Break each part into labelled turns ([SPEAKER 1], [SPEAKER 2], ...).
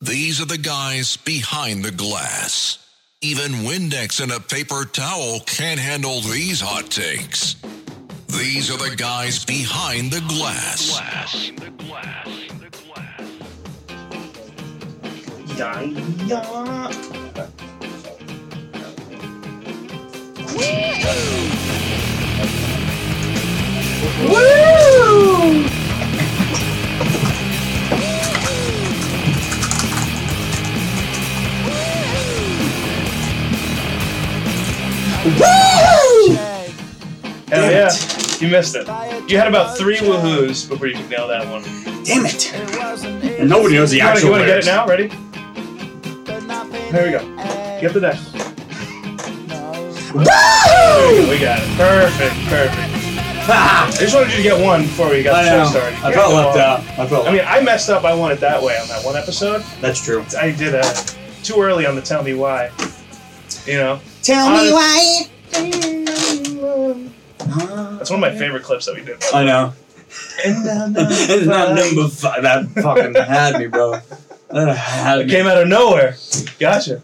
[SPEAKER 1] These are the guys behind the glass. Even Windex and a paper towel can't handle these hot takes. These are the guys behind the glass.
[SPEAKER 2] Yeah, yeah. Woo! Woo!
[SPEAKER 3] Hell
[SPEAKER 2] Damn
[SPEAKER 3] yeah.
[SPEAKER 2] it.
[SPEAKER 3] You missed it. You had about three woohoos before you could nail that one.
[SPEAKER 2] Damn it.
[SPEAKER 4] And
[SPEAKER 2] And nobody knows the
[SPEAKER 3] You wanna,
[SPEAKER 2] actual
[SPEAKER 3] you wanna
[SPEAKER 2] lyrics.
[SPEAKER 3] get it now? Ready?
[SPEAKER 4] There we go.
[SPEAKER 3] Get the deck.
[SPEAKER 4] the.
[SPEAKER 2] Woo!
[SPEAKER 3] We got it. Perfect, perfect.
[SPEAKER 2] Ah,
[SPEAKER 3] I just wanted you to get one before we got
[SPEAKER 2] I
[SPEAKER 3] the
[SPEAKER 2] know.
[SPEAKER 3] show started.
[SPEAKER 2] I
[SPEAKER 3] Yeah,
[SPEAKER 2] felt
[SPEAKER 3] well,
[SPEAKER 2] left out. I felt.
[SPEAKER 3] I mean, I messed up. I won it that way on that one episode.
[SPEAKER 2] that's true.
[SPEAKER 3] I did uh, too early on the tell me why. You know,
[SPEAKER 2] Tell
[SPEAKER 3] me
[SPEAKER 2] why.
[SPEAKER 3] that's one of my favorite clips that we did.
[SPEAKER 2] I know.
[SPEAKER 3] And
[SPEAKER 2] it's not number five. That fucking had me, bro. That had
[SPEAKER 3] It
[SPEAKER 2] me. Ah,
[SPEAKER 3] came out of nowhere. Gotcha.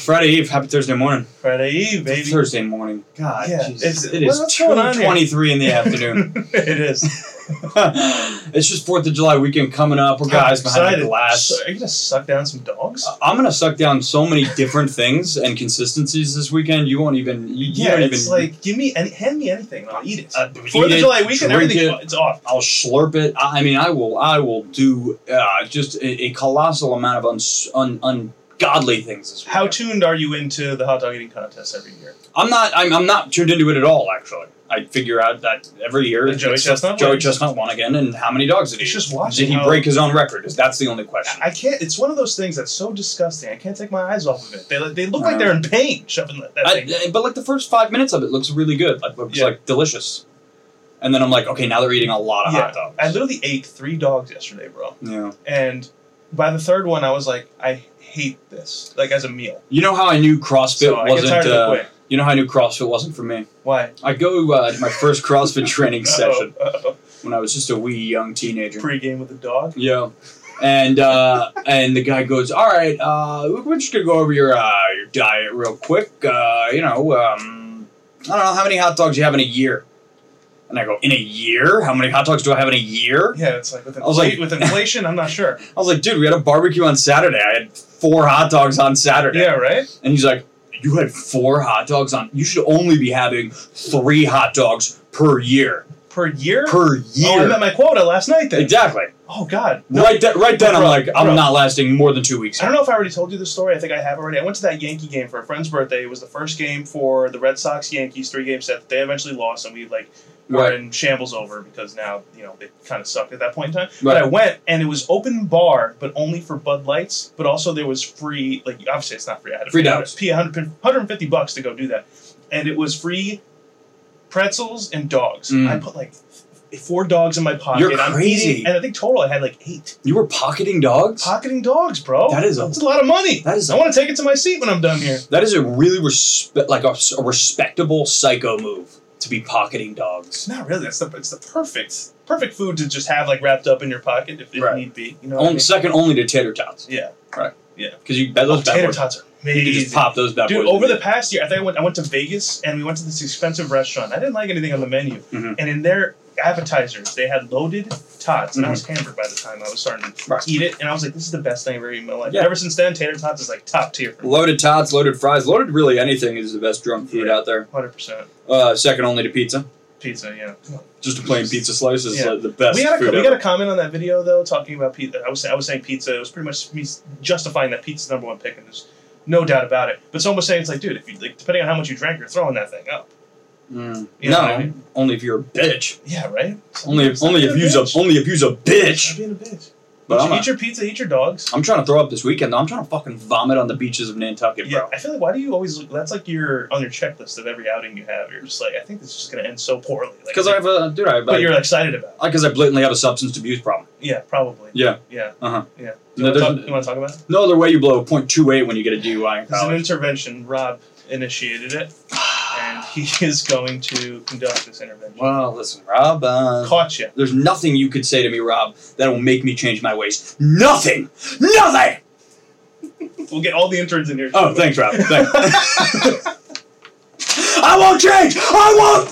[SPEAKER 2] Friday Eve. Happy Thursday morning.
[SPEAKER 3] Friday Eve, baby.
[SPEAKER 2] Thursday morning. God,
[SPEAKER 3] Yeah,
[SPEAKER 2] Jesus.
[SPEAKER 3] it's-
[SPEAKER 2] it
[SPEAKER 3] well,
[SPEAKER 2] is
[SPEAKER 3] what's
[SPEAKER 2] two
[SPEAKER 3] going on here?
[SPEAKER 2] twenty-three in the afternoon.
[SPEAKER 3] it is.
[SPEAKER 2] it's just Fourth of July weekend coming up. We're guys
[SPEAKER 3] I'm
[SPEAKER 2] behind the
[SPEAKER 3] excited.
[SPEAKER 2] glass.
[SPEAKER 3] So, are you gonna suck down some dogs?
[SPEAKER 2] I'm gonna suck down so many different things and consistencies this weekend. You won't even. You, you
[SPEAKER 3] yeah,
[SPEAKER 2] don't
[SPEAKER 3] it's
[SPEAKER 2] even,
[SPEAKER 3] like give me any, hand me anything, and I'll eat it.
[SPEAKER 2] Uh,
[SPEAKER 3] Fourth
[SPEAKER 2] eat
[SPEAKER 3] of
[SPEAKER 2] it,
[SPEAKER 3] July weekend,
[SPEAKER 2] drink
[SPEAKER 3] everything's
[SPEAKER 2] it.
[SPEAKER 3] fu- it's off.
[SPEAKER 2] I'll slurp it. I I mean, I will. I will do uh, just a, a colossal amount of uns, un, ungodly things. This
[SPEAKER 3] How
[SPEAKER 2] weekend.
[SPEAKER 3] tuned are you into the hot dog eating contest every year?
[SPEAKER 2] I'm not. I'm, I'm not tuned into it at all. Actually, I figure out that every year
[SPEAKER 3] Did Joey
[SPEAKER 2] it's just
[SPEAKER 3] Chestnut
[SPEAKER 2] Joey
[SPEAKER 3] win?
[SPEAKER 2] Chestnut won again, and how many dogs did he?
[SPEAKER 3] It's just
[SPEAKER 2] eat?
[SPEAKER 3] watching
[SPEAKER 2] Did he
[SPEAKER 3] how-
[SPEAKER 2] break his own record? Is that's the only question?
[SPEAKER 3] I can't. It's one of those things that's so disgusting. I can't take my eyes off of it. They they look
[SPEAKER 2] I
[SPEAKER 3] like they're in pain shoving that that
[SPEAKER 2] Uh-huh. I,
[SPEAKER 3] thing.
[SPEAKER 2] I- but like the first five minutes of it looks really good. Like it's
[SPEAKER 3] Yeah.
[SPEAKER 2] like delicious, and then I'm like, okay, now they're eating a lot of
[SPEAKER 3] Yeah.
[SPEAKER 2] hot dogs.
[SPEAKER 3] I literally ate three dogs yesterday, bro.
[SPEAKER 2] yeah.
[SPEAKER 3] And by the third one, I was like, I hate this. Like as a meal.
[SPEAKER 2] You know how I knew CrossFit
[SPEAKER 3] So I get
[SPEAKER 2] wasn't.
[SPEAKER 3] tired
[SPEAKER 2] uh,
[SPEAKER 3] of it quick.
[SPEAKER 2] you know how I knew CrossFit wasn't for me.
[SPEAKER 3] Why?
[SPEAKER 2] I go uh, to my first CrossFit training session.
[SPEAKER 3] Uh-oh.
[SPEAKER 2] when I was just a wee young teenager.
[SPEAKER 3] Pre-game with a dog.
[SPEAKER 2] yeah. And uh, and the guy goes, all right, uh, we're just gonna go over your uh, your diet real quick. Uh, you know, um, I don't know how many hot dogs you have in a year. And I go, in a year? How many hot dogs do I have in a year?
[SPEAKER 3] Yeah, it's like with,
[SPEAKER 2] I was like-
[SPEAKER 3] infl- with inflation, I'm not sure.
[SPEAKER 2] I was like, dude, we had a barbecue on Saturday. I had four hot dogs on Saturday.
[SPEAKER 3] Yeah, right.
[SPEAKER 2] And he's like, you had four hot dogs on. You should only be having three hot dogs per year.
[SPEAKER 3] Per year.
[SPEAKER 2] Per
[SPEAKER 3] Oh, I met
[SPEAKER 2] year.
[SPEAKER 3] my quota last night then.
[SPEAKER 2] exactly.
[SPEAKER 3] Oh God.
[SPEAKER 2] right, th- right then, I'm
[SPEAKER 3] bro,
[SPEAKER 2] like, I'm
[SPEAKER 3] bro.
[SPEAKER 2] not lasting more than two weeks.
[SPEAKER 3] I don't know if I already told you this story. I think I have already. I went to that Yankee game for a friend's birthday. It was the first game for the Red Sox Yankees three game set. They eventually lost, and we like were
[SPEAKER 2] Right.
[SPEAKER 3] in shambles over because now you know they kind of sucked at that point in time. But I
[SPEAKER 2] Right.
[SPEAKER 3] went, and it was open bar, but only for Bud Lights. But also there was free, like obviously it's not free. I had to
[SPEAKER 2] Free
[SPEAKER 3] pay
[SPEAKER 2] dogs.
[SPEAKER 3] 100 150 bucks to go do that, and it was free pretzels and dogs.
[SPEAKER 2] Mm.
[SPEAKER 3] I put like. f- Four dogs in my pocket.
[SPEAKER 2] You're
[SPEAKER 3] I'm
[SPEAKER 2] crazy.
[SPEAKER 3] eating- and I think total I had like eight
[SPEAKER 2] You were pocketing dogs?
[SPEAKER 3] pocketing dogs, bro.
[SPEAKER 2] That is a-
[SPEAKER 3] that's a lot of money.
[SPEAKER 2] That is a-
[SPEAKER 3] I want to take it to my seat when I'm done here.
[SPEAKER 2] that is a really respe- like a, s- a respectable psycho move to be pocketing dogs.
[SPEAKER 3] It's not really. That's the it's the perfect perfect food to just have like wrapped up in your pocket if it
[SPEAKER 2] Right.
[SPEAKER 3] need be. You know. What I
[SPEAKER 2] Only,
[SPEAKER 3] mean?
[SPEAKER 2] second only to tater tots.
[SPEAKER 3] Yeah.
[SPEAKER 2] Because you bet those
[SPEAKER 3] Oh,
[SPEAKER 2] bad
[SPEAKER 3] tater
[SPEAKER 2] boys-
[SPEAKER 3] tots are
[SPEAKER 2] You can
[SPEAKER 3] amazing.
[SPEAKER 2] just pop those bad
[SPEAKER 3] Dude,
[SPEAKER 2] boys.
[SPEAKER 3] over the past year, I think I went. I went to Vegas and we went to this expensive restaurant. I didn't like anything on the menu,
[SPEAKER 2] Mhm.
[SPEAKER 3] and in their appetizers, they had loaded tots, and I was hammered by the time I was starting to
[SPEAKER 2] Mm-hmm. Right.
[SPEAKER 3] eat it. And I was like, "This is the best thing I've ever eaten in my life."
[SPEAKER 2] Yeah.
[SPEAKER 3] Ever since then, tater tots is like top tier for me.
[SPEAKER 2] Loaded tots, loaded fries, loaded really anything is the best drunk food
[SPEAKER 3] Yeah.
[SPEAKER 2] out there.
[SPEAKER 3] Hundred percent
[SPEAKER 2] Uh, second only to pizza.
[SPEAKER 3] pizza. Yeah. Come on.
[SPEAKER 2] Just a plain pizza slice is
[SPEAKER 3] Yeah.
[SPEAKER 2] uh, the best
[SPEAKER 3] we got a,
[SPEAKER 2] food
[SPEAKER 3] we
[SPEAKER 2] ever.
[SPEAKER 3] got a comment on that video though talking about pizza. I was I was saying pizza. It was pretty much me justifying that pizza's the number one pick, and there's no doubt about it. But someone was saying it's like, dude, if you like, depending on how much you drank, you're throwing that thing up.
[SPEAKER 2] Mm.
[SPEAKER 3] You know
[SPEAKER 2] no,
[SPEAKER 3] what I mean?
[SPEAKER 2] only if you're a bitch.
[SPEAKER 3] Yeah, right.
[SPEAKER 2] Only if,
[SPEAKER 3] Stop
[SPEAKER 2] only
[SPEAKER 3] being
[SPEAKER 2] if you's a
[SPEAKER 3] bitch.
[SPEAKER 2] only if you's a
[SPEAKER 3] Stop
[SPEAKER 2] bitch.
[SPEAKER 3] being a bitch.
[SPEAKER 2] But
[SPEAKER 3] eat,
[SPEAKER 2] I'm, a,
[SPEAKER 3] your pizza. Eat your dogs.
[SPEAKER 2] I'm trying to throw up this weekend. though. I'm trying to fucking vomit on the beaches of Nantucket,
[SPEAKER 3] Yeah,
[SPEAKER 2] bro.
[SPEAKER 3] I feel like why do you always? That's like your on your checklist of every outing you have. You're just like, I think this is just gonna end so poorly. Like,
[SPEAKER 2] Because I have a dude. I have a-
[SPEAKER 3] but you're excited about. it.
[SPEAKER 2] because I blatantly have a substance abuse problem.
[SPEAKER 3] Yeah, probably.
[SPEAKER 2] Yeah.
[SPEAKER 3] Yeah.
[SPEAKER 2] Uh-huh.
[SPEAKER 3] Yeah. You
[SPEAKER 2] No,
[SPEAKER 3] wanna
[SPEAKER 2] there's-
[SPEAKER 3] talk- you want to talk about it?
[SPEAKER 2] No other way you blow a .28 when you get a DUI in
[SPEAKER 3] It's an
[SPEAKER 2] college.
[SPEAKER 3] intervention. Rob initiated it, and he is going to conduct this intervention.
[SPEAKER 2] Well, listen, Rob. Uh,
[SPEAKER 3] Caught you.
[SPEAKER 2] there's nothing you could say to me, Rob, that will make me change my ways. Nothing. Nothing.
[SPEAKER 3] We'll get all the interns in here.
[SPEAKER 2] Oh, thanks, Rob. Thanks. I won't change. I won't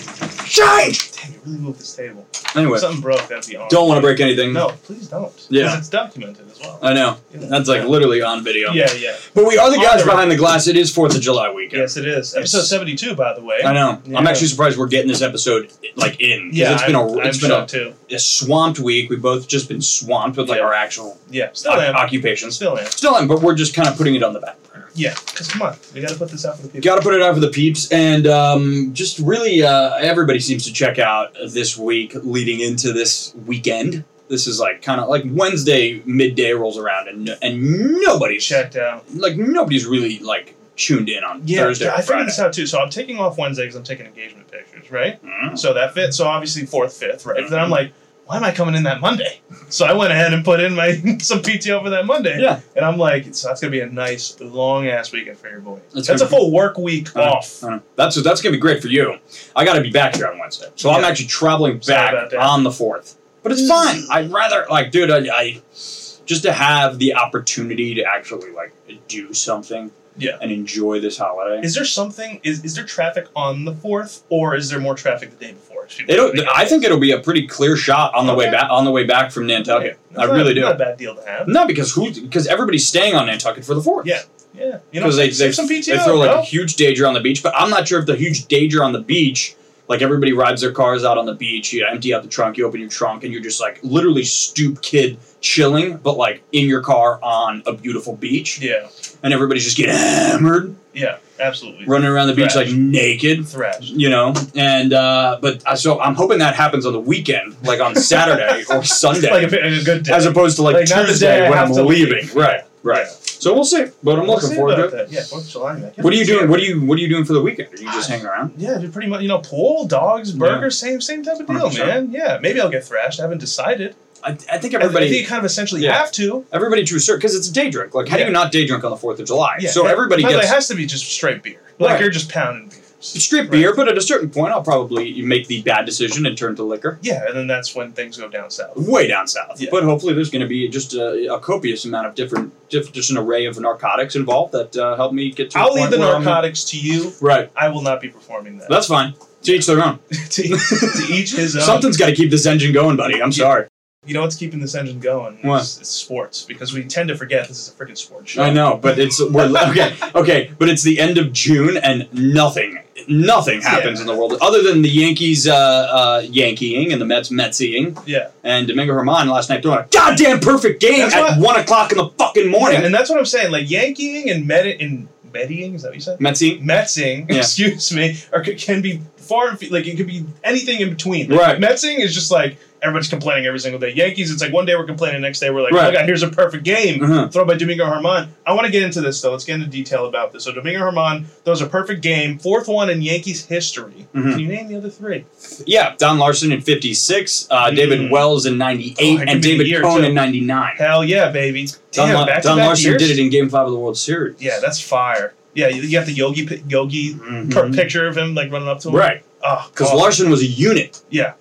[SPEAKER 2] change.
[SPEAKER 3] Damn, you really moved this table.
[SPEAKER 2] Anyway,
[SPEAKER 3] If something broke, that'd be awesome.
[SPEAKER 2] don't want to break anything.
[SPEAKER 3] No, please don't. 'Cause
[SPEAKER 2] Yeah.
[SPEAKER 3] it's documented as well.
[SPEAKER 2] I know.
[SPEAKER 3] Yeah.
[SPEAKER 2] That's like literally on video.
[SPEAKER 3] yeah, yeah.
[SPEAKER 2] But we are the
[SPEAKER 3] On
[SPEAKER 2] guys
[SPEAKER 3] the
[SPEAKER 2] behind the glass. It is Fourth of July weekend.
[SPEAKER 3] Yes, it is. Episode 72, by the way.
[SPEAKER 2] I know.
[SPEAKER 3] Yeah.
[SPEAKER 2] I'm actually surprised we're getting this episode like in. 'cause
[SPEAKER 3] Yeah,
[SPEAKER 2] it's been
[SPEAKER 3] I'm,
[SPEAKER 2] a
[SPEAKER 3] I'm
[SPEAKER 2] it's been
[SPEAKER 3] shocked
[SPEAKER 2] a,
[SPEAKER 3] too.
[SPEAKER 2] a swamped week. We've both just been swamped with like
[SPEAKER 3] Yeah.
[SPEAKER 2] our actual
[SPEAKER 3] Yeah, still
[SPEAKER 2] o-
[SPEAKER 3] am.
[SPEAKER 2] occupations.
[SPEAKER 3] still am.
[SPEAKER 2] Still am, but we're just kind of putting it on the back burner.
[SPEAKER 3] Yeah, because come on, we got to put this out for the people.
[SPEAKER 2] Got to put it out for the peeps, and um, just really, uh, everybody seems to check out this week leading into this weekend. This is like kind of like Wednesday midday rolls around, and and nobody's
[SPEAKER 3] checked out.
[SPEAKER 2] like nobody's really like tuned in on Thursday.
[SPEAKER 3] I
[SPEAKER 2] or Friday.
[SPEAKER 3] figured this out too. So I'm taking off Wednesday because I'm taking engagement pictures, right?
[SPEAKER 2] Mm.
[SPEAKER 3] So that fits. So obviously fourth, fifth, right? Then I'm like, why am I coming in that Monday? So I went ahead and put in my some PTO for that Monday.
[SPEAKER 2] Yeah.
[SPEAKER 3] And I'm like, so that's gonna be a nice long ass weekend for your boy.
[SPEAKER 2] That's
[SPEAKER 3] That's,
[SPEAKER 2] gonna Uh-huh.
[SPEAKER 3] a full work week
[SPEAKER 2] I know,
[SPEAKER 3] off.
[SPEAKER 2] I know. That's that's gonna be great for you. I gotta be back here on Wednesday, so I'm
[SPEAKER 3] Yeah.
[SPEAKER 2] actually traveling
[SPEAKER 3] Sorry
[SPEAKER 2] back
[SPEAKER 3] about that.
[SPEAKER 2] on the fourth. But it's fine. I'd rather like, dude, I, I just to have the opportunity to actually like do something
[SPEAKER 3] Yeah.
[SPEAKER 2] and enjoy this holiday.
[SPEAKER 3] Is there something? Is is there traffic on the fourth, or is there more traffic the day before? Should we-
[SPEAKER 2] It'll, I think it'll be a pretty clear shot on the way
[SPEAKER 3] Okay.
[SPEAKER 2] back on the way back from Nantucket.
[SPEAKER 3] That's
[SPEAKER 2] I
[SPEAKER 3] not-
[SPEAKER 2] really do.
[SPEAKER 3] Not a bad deal to have.
[SPEAKER 2] No, because who? Because everybody's staying on Nantucket for the fourth.
[SPEAKER 3] Yeah, yeah. You know,
[SPEAKER 2] because they, they,
[SPEAKER 3] save some PTO.
[SPEAKER 2] they throw like
[SPEAKER 3] bro.
[SPEAKER 2] a huge danger on the beach. But I'm not sure if the huge danger on the beach, like everybody rides their cars out on the beach, you empty out the trunk, you open your trunk, and you're just like literally stoop kid chilling, but like in your car on a beautiful beach,
[SPEAKER 3] yeah,
[SPEAKER 2] and everybody's just getting hammered,
[SPEAKER 3] yeah, absolutely.
[SPEAKER 2] running around the beach
[SPEAKER 3] Trash.
[SPEAKER 2] like naked.
[SPEAKER 3] Thrash.
[SPEAKER 2] You know, and uh, but I so I'm hoping that happens on the weekend, like on Saturday or Sunday,
[SPEAKER 3] Like a, bit- a good day.
[SPEAKER 2] as opposed to like,
[SPEAKER 3] Like, not the day
[SPEAKER 2] Tuesday
[SPEAKER 3] I
[SPEAKER 2] when
[SPEAKER 3] have
[SPEAKER 2] I'm
[SPEAKER 3] to leave.
[SPEAKER 2] leaving. Right, right.
[SPEAKER 3] Yeah.
[SPEAKER 2] So we'll see, but I'm
[SPEAKER 3] We'll
[SPEAKER 2] looking
[SPEAKER 3] see
[SPEAKER 2] forward to
[SPEAKER 3] about
[SPEAKER 2] it.
[SPEAKER 3] That. Yeah, Fourth of July. man.
[SPEAKER 2] What are you
[SPEAKER 3] Yeah.
[SPEAKER 2] doing? What are you What are you doing for the weekend? Are you just hanging around?
[SPEAKER 3] Yeah, dude, pretty much. You know, pool, dogs, burgers, same same type of deal,
[SPEAKER 2] 100%.
[SPEAKER 3] man. Yeah, maybe I'll get thrashed. I haven't decided.
[SPEAKER 2] I, I think
[SPEAKER 3] I-
[SPEAKER 2] everybody
[SPEAKER 3] I think you kind of essentially
[SPEAKER 2] Yeah.
[SPEAKER 3] have to.
[SPEAKER 2] everybody to a certain because it's a day drink. Like, how do you
[SPEAKER 3] Yeah.
[SPEAKER 2] not day drink on the Fourth of July?
[SPEAKER 3] Yeah.
[SPEAKER 2] so everybody
[SPEAKER 3] By the way,
[SPEAKER 2] gets
[SPEAKER 3] It has to be just straight beer. Like
[SPEAKER 2] Right.
[SPEAKER 3] you're just pounding beers.
[SPEAKER 2] straight beer, but at a certain point, I'll probably make the bad decision and turn to liquor.
[SPEAKER 3] Yeah, and then that's when things go down south.
[SPEAKER 2] Way down south,
[SPEAKER 3] Yeah.
[SPEAKER 2] but hopefully there's going to be just a, a copious amount of different, diff, just an array of narcotics involved that uh, help me get to. a
[SPEAKER 3] I'll leave
[SPEAKER 2] point
[SPEAKER 3] the
[SPEAKER 2] where I'm-
[SPEAKER 3] narcotics to you.
[SPEAKER 2] right,
[SPEAKER 3] I will not be performing that.
[SPEAKER 2] that's fine. To each their own.
[SPEAKER 3] to, to each his own.
[SPEAKER 2] Something's got to keep this engine going, buddy. I'm
[SPEAKER 3] Yeah.
[SPEAKER 2] sorry.
[SPEAKER 3] You know what's keeping this engine going?
[SPEAKER 2] What?
[SPEAKER 3] It's, it's sports because we tend to forget this is a freaking sports show.
[SPEAKER 2] I know, but it's we're okay, okay, but it's the end of June and nothing, nothing happens
[SPEAKER 3] Yeah.
[SPEAKER 2] in the world other than the Yankees uh, uh, Yankeeing and the Mets Metsying
[SPEAKER 3] Yeah.
[SPEAKER 2] and Domingo Herman last night throwing a goddamn perfect game
[SPEAKER 3] That's
[SPEAKER 2] at one o'clock in the fucking morning.
[SPEAKER 3] Yeah, and that's what I'm saying. Like Yankeeing and Met and Medying, is that what you said?
[SPEAKER 2] Metsy,
[SPEAKER 3] Metzing,
[SPEAKER 2] Yeah.
[SPEAKER 3] excuse me, or c- can be far and fe- like it could be anything in between. Like,
[SPEAKER 2] Right.
[SPEAKER 3] Metzing is just like everybody's complaining every single day. Yankees, it's like one day we're complaining, next day we're like,
[SPEAKER 2] Right.
[SPEAKER 3] oh my god, here's a perfect game.
[SPEAKER 2] Uh-huh.
[SPEAKER 3] Throw by Domingo Herman. I want to get into this though. Let's get into detail about this. So Domingo Herman throws a perfect game, fourth one in Yankees history.
[SPEAKER 2] Mhm.
[SPEAKER 3] Can you name the other three?
[SPEAKER 2] yeah, Don Larson in fifty six, uh, David
[SPEAKER 3] Mm.
[SPEAKER 2] Wells in ninety
[SPEAKER 3] Oh, I
[SPEAKER 2] eight,
[SPEAKER 3] give me
[SPEAKER 2] and
[SPEAKER 3] the
[SPEAKER 2] David
[SPEAKER 3] year,
[SPEAKER 2] Cohn
[SPEAKER 3] too.
[SPEAKER 2] in ninety nine.
[SPEAKER 3] Hell yeah, baby. Damn,
[SPEAKER 2] Don,
[SPEAKER 3] back
[SPEAKER 2] Don
[SPEAKER 3] to back
[SPEAKER 2] Larson
[SPEAKER 3] years?
[SPEAKER 2] did it in Game Five of the World Series.
[SPEAKER 3] Yeah, that's fire. Yeah, you, you got the Yogi pi- Yogi
[SPEAKER 2] Mhm.
[SPEAKER 3] per- picture of him like running up to him.
[SPEAKER 2] right,
[SPEAKER 3] Oh,
[SPEAKER 2] because
[SPEAKER 3] awesome.
[SPEAKER 2] Larson was a unit,
[SPEAKER 3] Yeah.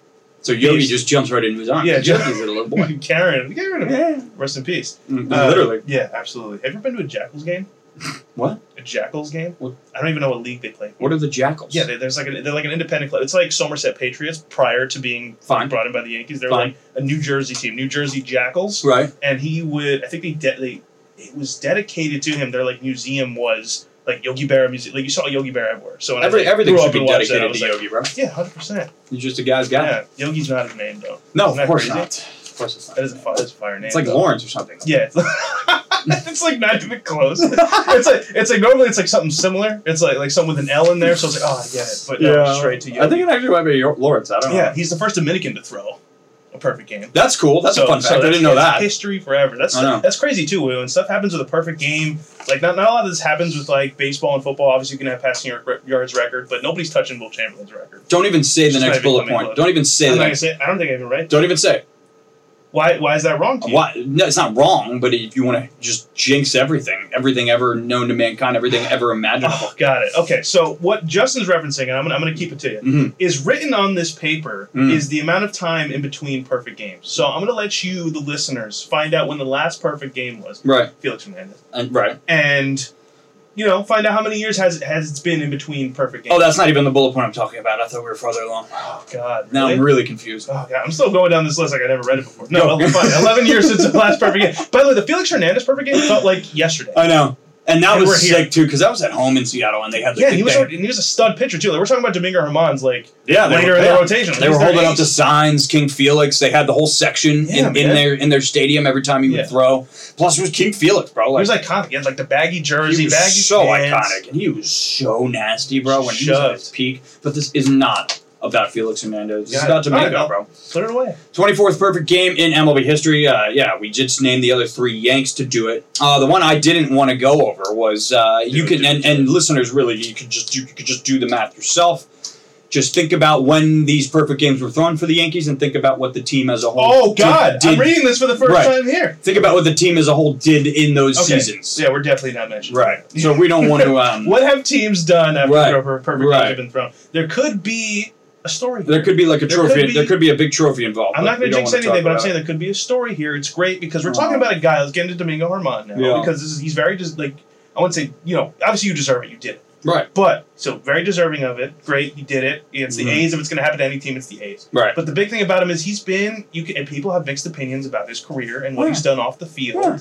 [SPEAKER 2] so Yogi
[SPEAKER 3] Beast.
[SPEAKER 2] just jumps right into his arms.
[SPEAKER 3] Yeah,
[SPEAKER 2] Yogi's a little boy.
[SPEAKER 3] Karen. Karen.
[SPEAKER 2] Yeah.
[SPEAKER 3] Rest in peace.
[SPEAKER 2] Mm,
[SPEAKER 3] Uh,
[SPEAKER 2] Literally.
[SPEAKER 3] Yeah, absolutely. Have you ever been to a Jackals game?
[SPEAKER 2] What?
[SPEAKER 3] A Jackals game?
[SPEAKER 2] What?
[SPEAKER 3] I don't even know what league they play.
[SPEAKER 2] What are the jackals?
[SPEAKER 3] Yeah, they, there's like a, they're like an independent club. It's like Somerset Patriots prior to being
[SPEAKER 2] Fine.
[SPEAKER 3] brought in by the Yankees. They're
[SPEAKER 2] Fine.
[SPEAKER 3] like a New Jersey team, New Jersey Jackals,
[SPEAKER 2] Right.
[SPEAKER 3] and he would. I think they, de- they it was dedicated to him. Their like museum was like Yogi Berra music. Like you saw Yogi Berra everywhere. So when
[SPEAKER 2] Every,
[SPEAKER 3] I, like,
[SPEAKER 2] everything
[SPEAKER 3] grew
[SPEAKER 2] should
[SPEAKER 3] up
[SPEAKER 2] be
[SPEAKER 3] and watched that, I
[SPEAKER 2] dedicated
[SPEAKER 3] was
[SPEAKER 2] to
[SPEAKER 3] like,
[SPEAKER 2] Yogi, bro.
[SPEAKER 3] Yeah, hundred percent.
[SPEAKER 2] He's just a guy's guy.
[SPEAKER 3] Yeah, Yogi's not his name though.
[SPEAKER 2] No,
[SPEAKER 3] Isn't that
[SPEAKER 2] of course
[SPEAKER 3] crazy?
[SPEAKER 2] not. Of course it's
[SPEAKER 3] That
[SPEAKER 2] not.
[SPEAKER 3] is a fire, that's a fire name.
[SPEAKER 2] It's like
[SPEAKER 3] though.
[SPEAKER 2] Lawrence or something.
[SPEAKER 3] Yeah, it's it's like not even close. It's like it's like normally it's like something similar. It's like like something with an L in there, so it's like oh I get it, but no, straight to you.
[SPEAKER 2] I think it actually might be Yo- Lawrence. I don't know.
[SPEAKER 3] yeah, he's the first Dominican to throw a perfect game.
[SPEAKER 2] That's cool. That's
[SPEAKER 3] so,
[SPEAKER 2] a fun
[SPEAKER 3] so
[SPEAKER 2] fact. I
[SPEAKER 3] that's-
[SPEAKER 2] didn't know
[SPEAKER 3] that's
[SPEAKER 2] that.
[SPEAKER 3] History forever. That's
[SPEAKER 2] I know.
[SPEAKER 3] that's crazy too. When stuff happens with a perfect game, like not, not a lot of this happens with like baseball and football. Obviously, you can have passing yard- yards record, but nobody's touching Will Chamberlain's record.
[SPEAKER 2] Don't even say the
[SPEAKER 3] Just
[SPEAKER 2] next
[SPEAKER 3] maybe
[SPEAKER 2] bullet
[SPEAKER 3] coming
[SPEAKER 2] point.
[SPEAKER 3] close.
[SPEAKER 2] Don't even say
[SPEAKER 3] I'm
[SPEAKER 2] the
[SPEAKER 3] not gonna
[SPEAKER 2] next.
[SPEAKER 3] say- I don't think I even read.
[SPEAKER 2] Don't even say. it.
[SPEAKER 3] Why why is that wrong to you?
[SPEAKER 2] Why? No, it's not wrong, but if you want to just jinx everything, everything ever known to mankind, everything ever imaginable.
[SPEAKER 3] Oh, got it. Okay, so what Justin's referencing, and I'm gonna, I'm gonna keep it to you,
[SPEAKER 2] Mhm.
[SPEAKER 3] is written on this paper
[SPEAKER 2] Mm.
[SPEAKER 3] is the amount of time in between perfect games. So I'm gonna let you, the listeners, find out when the last perfect game was,
[SPEAKER 2] Right.
[SPEAKER 3] Felix Hernandez,
[SPEAKER 2] And, right.
[SPEAKER 3] and you know find out how many years has has it's been in between perfect games.
[SPEAKER 2] Oh, that's not even the bullet point I'm talking about. I thought we were farther along.
[SPEAKER 3] oh God,
[SPEAKER 2] Now
[SPEAKER 3] really?
[SPEAKER 2] I'm really confused.
[SPEAKER 3] Oh, God, I'm still going down this list like I never read it before. No,
[SPEAKER 2] Go.
[SPEAKER 3] fine. 11 years since the last perfect game. By the way, the Felix Hernandez perfect game felt like yesterday.
[SPEAKER 2] I know. And that
[SPEAKER 3] And
[SPEAKER 2] was
[SPEAKER 3] we're here.
[SPEAKER 2] sick too, because I was at home in Seattle and they had the
[SPEAKER 3] yeah, and
[SPEAKER 2] big
[SPEAKER 3] he was,
[SPEAKER 2] thing.
[SPEAKER 3] and he was a stud pitcher, too. Like, we're talking about Domingo Herman's, like,
[SPEAKER 2] yeah, they
[SPEAKER 3] later
[SPEAKER 2] were,
[SPEAKER 3] in
[SPEAKER 2] yeah.
[SPEAKER 3] the rotation.
[SPEAKER 2] They
[SPEAKER 3] He's
[SPEAKER 2] were
[SPEAKER 3] their
[SPEAKER 2] holding up
[SPEAKER 3] ace.
[SPEAKER 2] the signs, King Felix. They had the whole section
[SPEAKER 3] Yeah,
[SPEAKER 2] in, in
[SPEAKER 3] man.
[SPEAKER 2] their in their stadium every time he
[SPEAKER 3] Yeah.
[SPEAKER 2] would throw. Plus, it was King Felix, bro.
[SPEAKER 3] He
[SPEAKER 2] Like,
[SPEAKER 3] was iconic. He had, like, the baggy jersey,
[SPEAKER 2] he was
[SPEAKER 3] baggy
[SPEAKER 2] so
[SPEAKER 3] pants.
[SPEAKER 2] iconic, and he was so nasty, bro. When he was at his
[SPEAKER 3] Shoved.
[SPEAKER 2] peak, but this is not about Felix Hernandez. This is
[SPEAKER 3] Got
[SPEAKER 2] about
[SPEAKER 3] it. All right,
[SPEAKER 2] Domingo,
[SPEAKER 3] well.
[SPEAKER 2] bro.
[SPEAKER 3] Put it away.
[SPEAKER 2] 24th perfect game in MLB history. Uh, yeah, we just named the other three Yanks to do it. Uh, the one I didn't want to go over was uh, you
[SPEAKER 3] Dude,
[SPEAKER 2] can
[SPEAKER 3] dude,
[SPEAKER 2] and, and listeners really you could just you could just do the math yourself. Just think about when these perfect games were thrown for the Yankees, and think about what the team as a whole.
[SPEAKER 3] Oh,
[SPEAKER 2] did-
[SPEAKER 3] God.
[SPEAKER 2] did,
[SPEAKER 3] I'm reading this for the first
[SPEAKER 2] Right.
[SPEAKER 3] time here.
[SPEAKER 2] think about what the team as a whole did in those
[SPEAKER 3] Okay.
[SPEAKER 2] seasons.
[SPEAKER 3] Yeah, we're definitely not mentioning
[SPEAKER 2] Right. So we don't want to. Um,
[SPEAKER 3] What have teams done after
[SPEAKER 2] Right.
[SPEAKER 3] per- perfect
[SPEAKER 2] Right.
[SPEAKER 3] games have been thrown? There could be a story.
[SPEAKER 2] There could be like a
[SPEAKER 3] There could
[SPEAKER 2] trophy.
[SPEAKER 3] be-
[SPEAKER 2] there could be a big trophy involved.
[SPEAKER 3] I'm
[SPEAKER 2] but
[SPEAKER 3] not
[SPEAKER 2] we
[SPEAKER 3] going to
[SPEAKER 2] don't
[SPEAKER 3] jinx
[SPEAKER 2] wanna talk
[SPEAKER 3] anything, but I'm
[SPEAKER 2] about
[SPEAKER 3] saying
[SPEAKER 2] it.
[SPEAKER 3] there could be a story here. It's great because we're
[SPEAKER 2] Oh.
[SPEAKER 3] talking about a guy. Let's get into Domingo Herman now
[SPEAKER 2] Yeah.
[SPEAKER 3] because this is, he's very just like I wouldn't say you know obviously you deserve it. You did it,
[SPEAKER 2] right,
[SPEAKER 3] but so very deserving of it. Great, you did it. It's
[SPEAKER 2] Mhm.
[SPEAKER 3] the A's. If it's going to happen to any team, it's the A's.
[SPEAKER 2] right.
[SPEAKER 3] But the big thing about him is he's been you can and people have mixed opinions about his career and what
[SPEAKER 2] Yeah.
[SPEAKER 3] he's done off the field.
[SPEAKER 2] Yeah.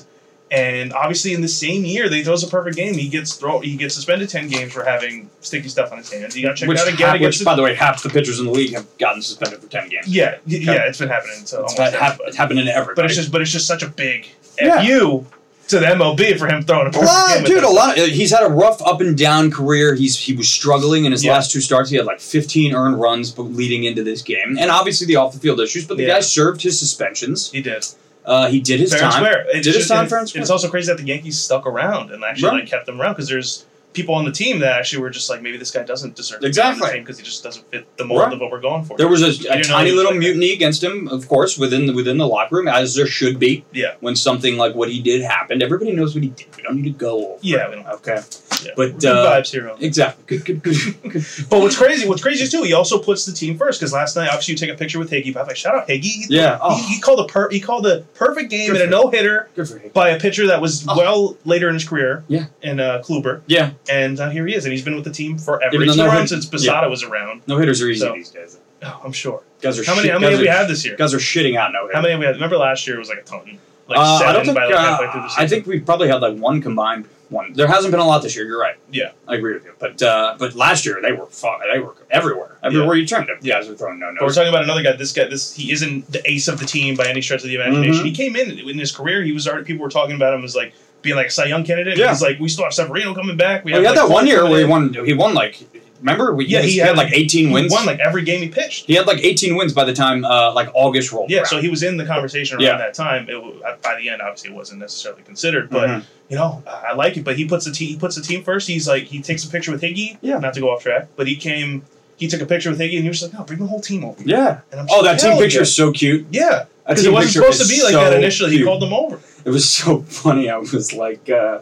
[SPEAKER 3] And obviously, in the same year, they throws a perfect game. He gets throw. He gets suspended ten games for having sticky stuff on his hands. He got checked
[SPEAKER 2] which,
[SPEAKER 3] out
[SPEAKER 2] ha-
[SPEAKER 3] again against.
[SPEAKER 2] which by the way, half the pitchers in the league have gotten suspended for ten games.
[SPEAKER 3] the, yeah, y- yeah, it's been happening. So
[SPEAKER 2] It's had- hap- it's happening to everybody.
[SPEAKER 3] Oh, But it's just but it's just such a big
[SPEAKER 2] Yeah.
[SPEAKER 3] fu to the MLB for him throwing a
[SPEAKER 2] a
[SPEAKER 3] perfect game
[SPEAKER 2] lot,
[SPEAKER 3] with
[SPEAKER 2] dude. A
[SPEAKER 3] them.
[SPEAKER 2] lot. Of, he's had a rough up and down career. He's he was struggling in his
[SPEAKER 3] Yeah.
[SPEAKER 2] last two starts. He had like 15 earned runs but leading into this game, and obviously the off the field issues. But the
[SPEAKER 3] Yeah.
[SPEAKER 2] guy served his suspensions.
[SPEAKER 3] He did.
[SPEAKER 2] Uh, he did his
[SPEAKER 3] fair and
[SPEAKER 2] time.
[SPEAKER 3] square. It's
[SPEAKER 2] Did his
[SPEAKER 3] just-
[SPEAKER 2] time
[SPEAKER 3] and
[SPEAKER 2] fair and
[SPEAKER 3] it's-
[SPEAKER 2] square.
[SPEAKER 3] It's also crazy that the Yankees stuck around and actually
[SPEAKER 2] Right.
[SPEAKER 3] like kept them around because there's people on the team that actually were just like maybe this guy doesn't deserve
[SPEAKER 2] Exactly.
[SPEAKER 3] because he just doesn't fit the mold
[SPEAKER 2] Right.
[SPEAKER 3] of what we're going for.
[SPEAKER 2] There was a, a
[SPEAKER 3] know,
[SPEAKER 2] tiny
[SPEAKER 3] he's
[SPEAKER 2] little
[SPEAKER 3] like that.
[SPEAKER 2] mutiny against him, of course, within the, within the locker room, as there should be.
[SPEAKER 3] Yeah.
[SPEAKER 2] When something like what he did happened, everybody knows what he did. We don't need to go. Over
[SPEAKER 3] yeah,
[SPEAKER 2] it.
[SPEAKER 3] we don't have
[SPEAKER 2] Okay.
[SPEAKER 3] yeah.
[SPEAKER 2] But,
[SPEAKER 3] Good
[SPEAKER 2] uh,
[SPEAKER 3] vibes here. on-
[SPEAKER 2] Exactly. Good. Good. Good. good.
[SPEAKER 3] But what's crazy? What's crazy is too. He also puts the team first because last night, obviously, you take a picture with Higgy. But I was like, shout out Higgy. He-
[SPEAKER 2] Yeah. Oh,
[SPEAKER 3] He, called a per- he called the perfect game
[SPEAKER 2] Good
[SPEAKER 3] and
[SPEAKER 2] for
[SPEAKER 3] a no hitter
[SPEAKER 2] good for him.
[SPEAKER 3] by a pitcher that was
[SPEAKER 2] Oh.
[SPEAKER 3] well later in his career.
[SPEAKER 2] Yeah.
[SPEAKER 3] in uh, Kluber.
[SPEAKER 2] Yeah.
[SPEAKER 3] and uh, here he is, and he's been with the team forever.
[SPEAKER 2] Even
[SPEAKER 3] He's
[SPEAKER 2] though
[SPEAKER 3] been
[SPEAKER 2] no
[SPEAKER 3] around
[SPEAKER 2] hit-
[SPEAKER 3] since Posada was around.
[SPEAKER 2] No hitters are easy
[SPEAKER 3] So-
[SPEAKER 2] these days.
[SPEAKER 3] Oh, I'm sure.
[SPEAKER 2] Guys are
[SPEAKER 3] How many?
[SPEAKER 2] shit-
[SPEAKER 3] How many
[SPEAKER 2] guys
[SPEAKER 3] have we
[SPEAKER 2] are-
[SPEAKER 3] had this year?
[SPEAKER 2] Guys are shitting out no hitters.
[SPEAKER 3] How many have we had? Remember last year was like a ton, like
[SPEAKER 2] Uh,
[SPEAKER 3] seven
[SPEAKER 2] I don't think.
[SPEAKER 3] by like halfway
[SPEAKER 2] uh,
[SPEAKER 3] through the season.
[SPEAKER 2] I think we've probably had like one combined one. There hasn't been a lot this year. You're right.
[SPEAKER 3] Yeah.
[SPEAKER 2] I agree with you. But uh, but last year they were fu- they were everywhere. Everywhere you turned, them guys were throwing no
[SPEAKER 3] But we're
[SPEAKER 2] nos.
[SPEAKER 3] talking about another guy. This guy, this he isn't the ace of the team by any stretch of the imagination.
[SPEAKER 2] Mhm.
[SPEAKER 3] He came in in his career. He was already people were talking about him as like being like a Cy Young candidate.
[SPEAKER 2] Yeah.
[SPEAKER 3] He's like we still have Severino coming back. We
[SPEAKER 2] Well, he
[SPEAKER 3] have
[SPEAKER 2] had
[SPEAKER 3] like,
[SPEAKER 2] that one
[SPEAKER 3] Cole
[SPEAKER 2] year
[SPEAKER 3] coming
[SPEAKER 2] where he
[SPEAKER 3] in.
[SPEAKER 2] won. He won like. Remember? We,
[SPEAKER 3] Yeah, he
[SPEAKER 2] had,
[SPEAKER 3] had-
[SPEAKER 2] like 18
[SPEAKER 3] He
[SPEAKER 2] wins.
[SPEAKER 3] won like every game he pitched.
[SPEAKER 2] he had like 18 wins by the time uh, like August rolled.
[SPEAKER 3] Yeah,
[SPEAKER 2] around.
[SPEAKER 3] so he was in the conversation around
[SPEAKER 2] Yeah.
[SPEAKER 3] that time. It, wa- by the end, obviously, it wasn't necessarily considered, but
[SPEAKER 2] Mhm.
[SPEAKER 3] you know, I I like it. But he puts the team. He puts the team first. He's like he takes a picture with Higgy.
[SPEAKER 2] Yeah.
[SPEAKER 3] Not to go off track, but he came. He took a picture with Higgy, and he was like, "No, bring the whole team over."
[SPEAKER 2] yeah.
[SPEAKER 3] And I'm just
[SPEAKER 2] Oh, that
[SPEAKER 3] like,
[SPEAKER 2] team
[SPEAKER 3] "Hell
[SPEAKER 2] picture is so cute.
[SPEAKER 3] Yeah, Yeah,
[SPEAKER 2] That
[SPEAKER 3] because it
[SPEAKER 2] team
[SPEAKER 3] wasn't
[SPEAKER 2] picture
[SPEAKER 3] supposed to
[SPEAKER 2] is
[SPEAKER 3] be like
[SPEAKER 2] so
[SPEAKER 3] that initially. He
[SPEAKER 2] cute.
[SPEAKER 3] called them over.
[SPEAKER 2] It was so funny. I was like, uh,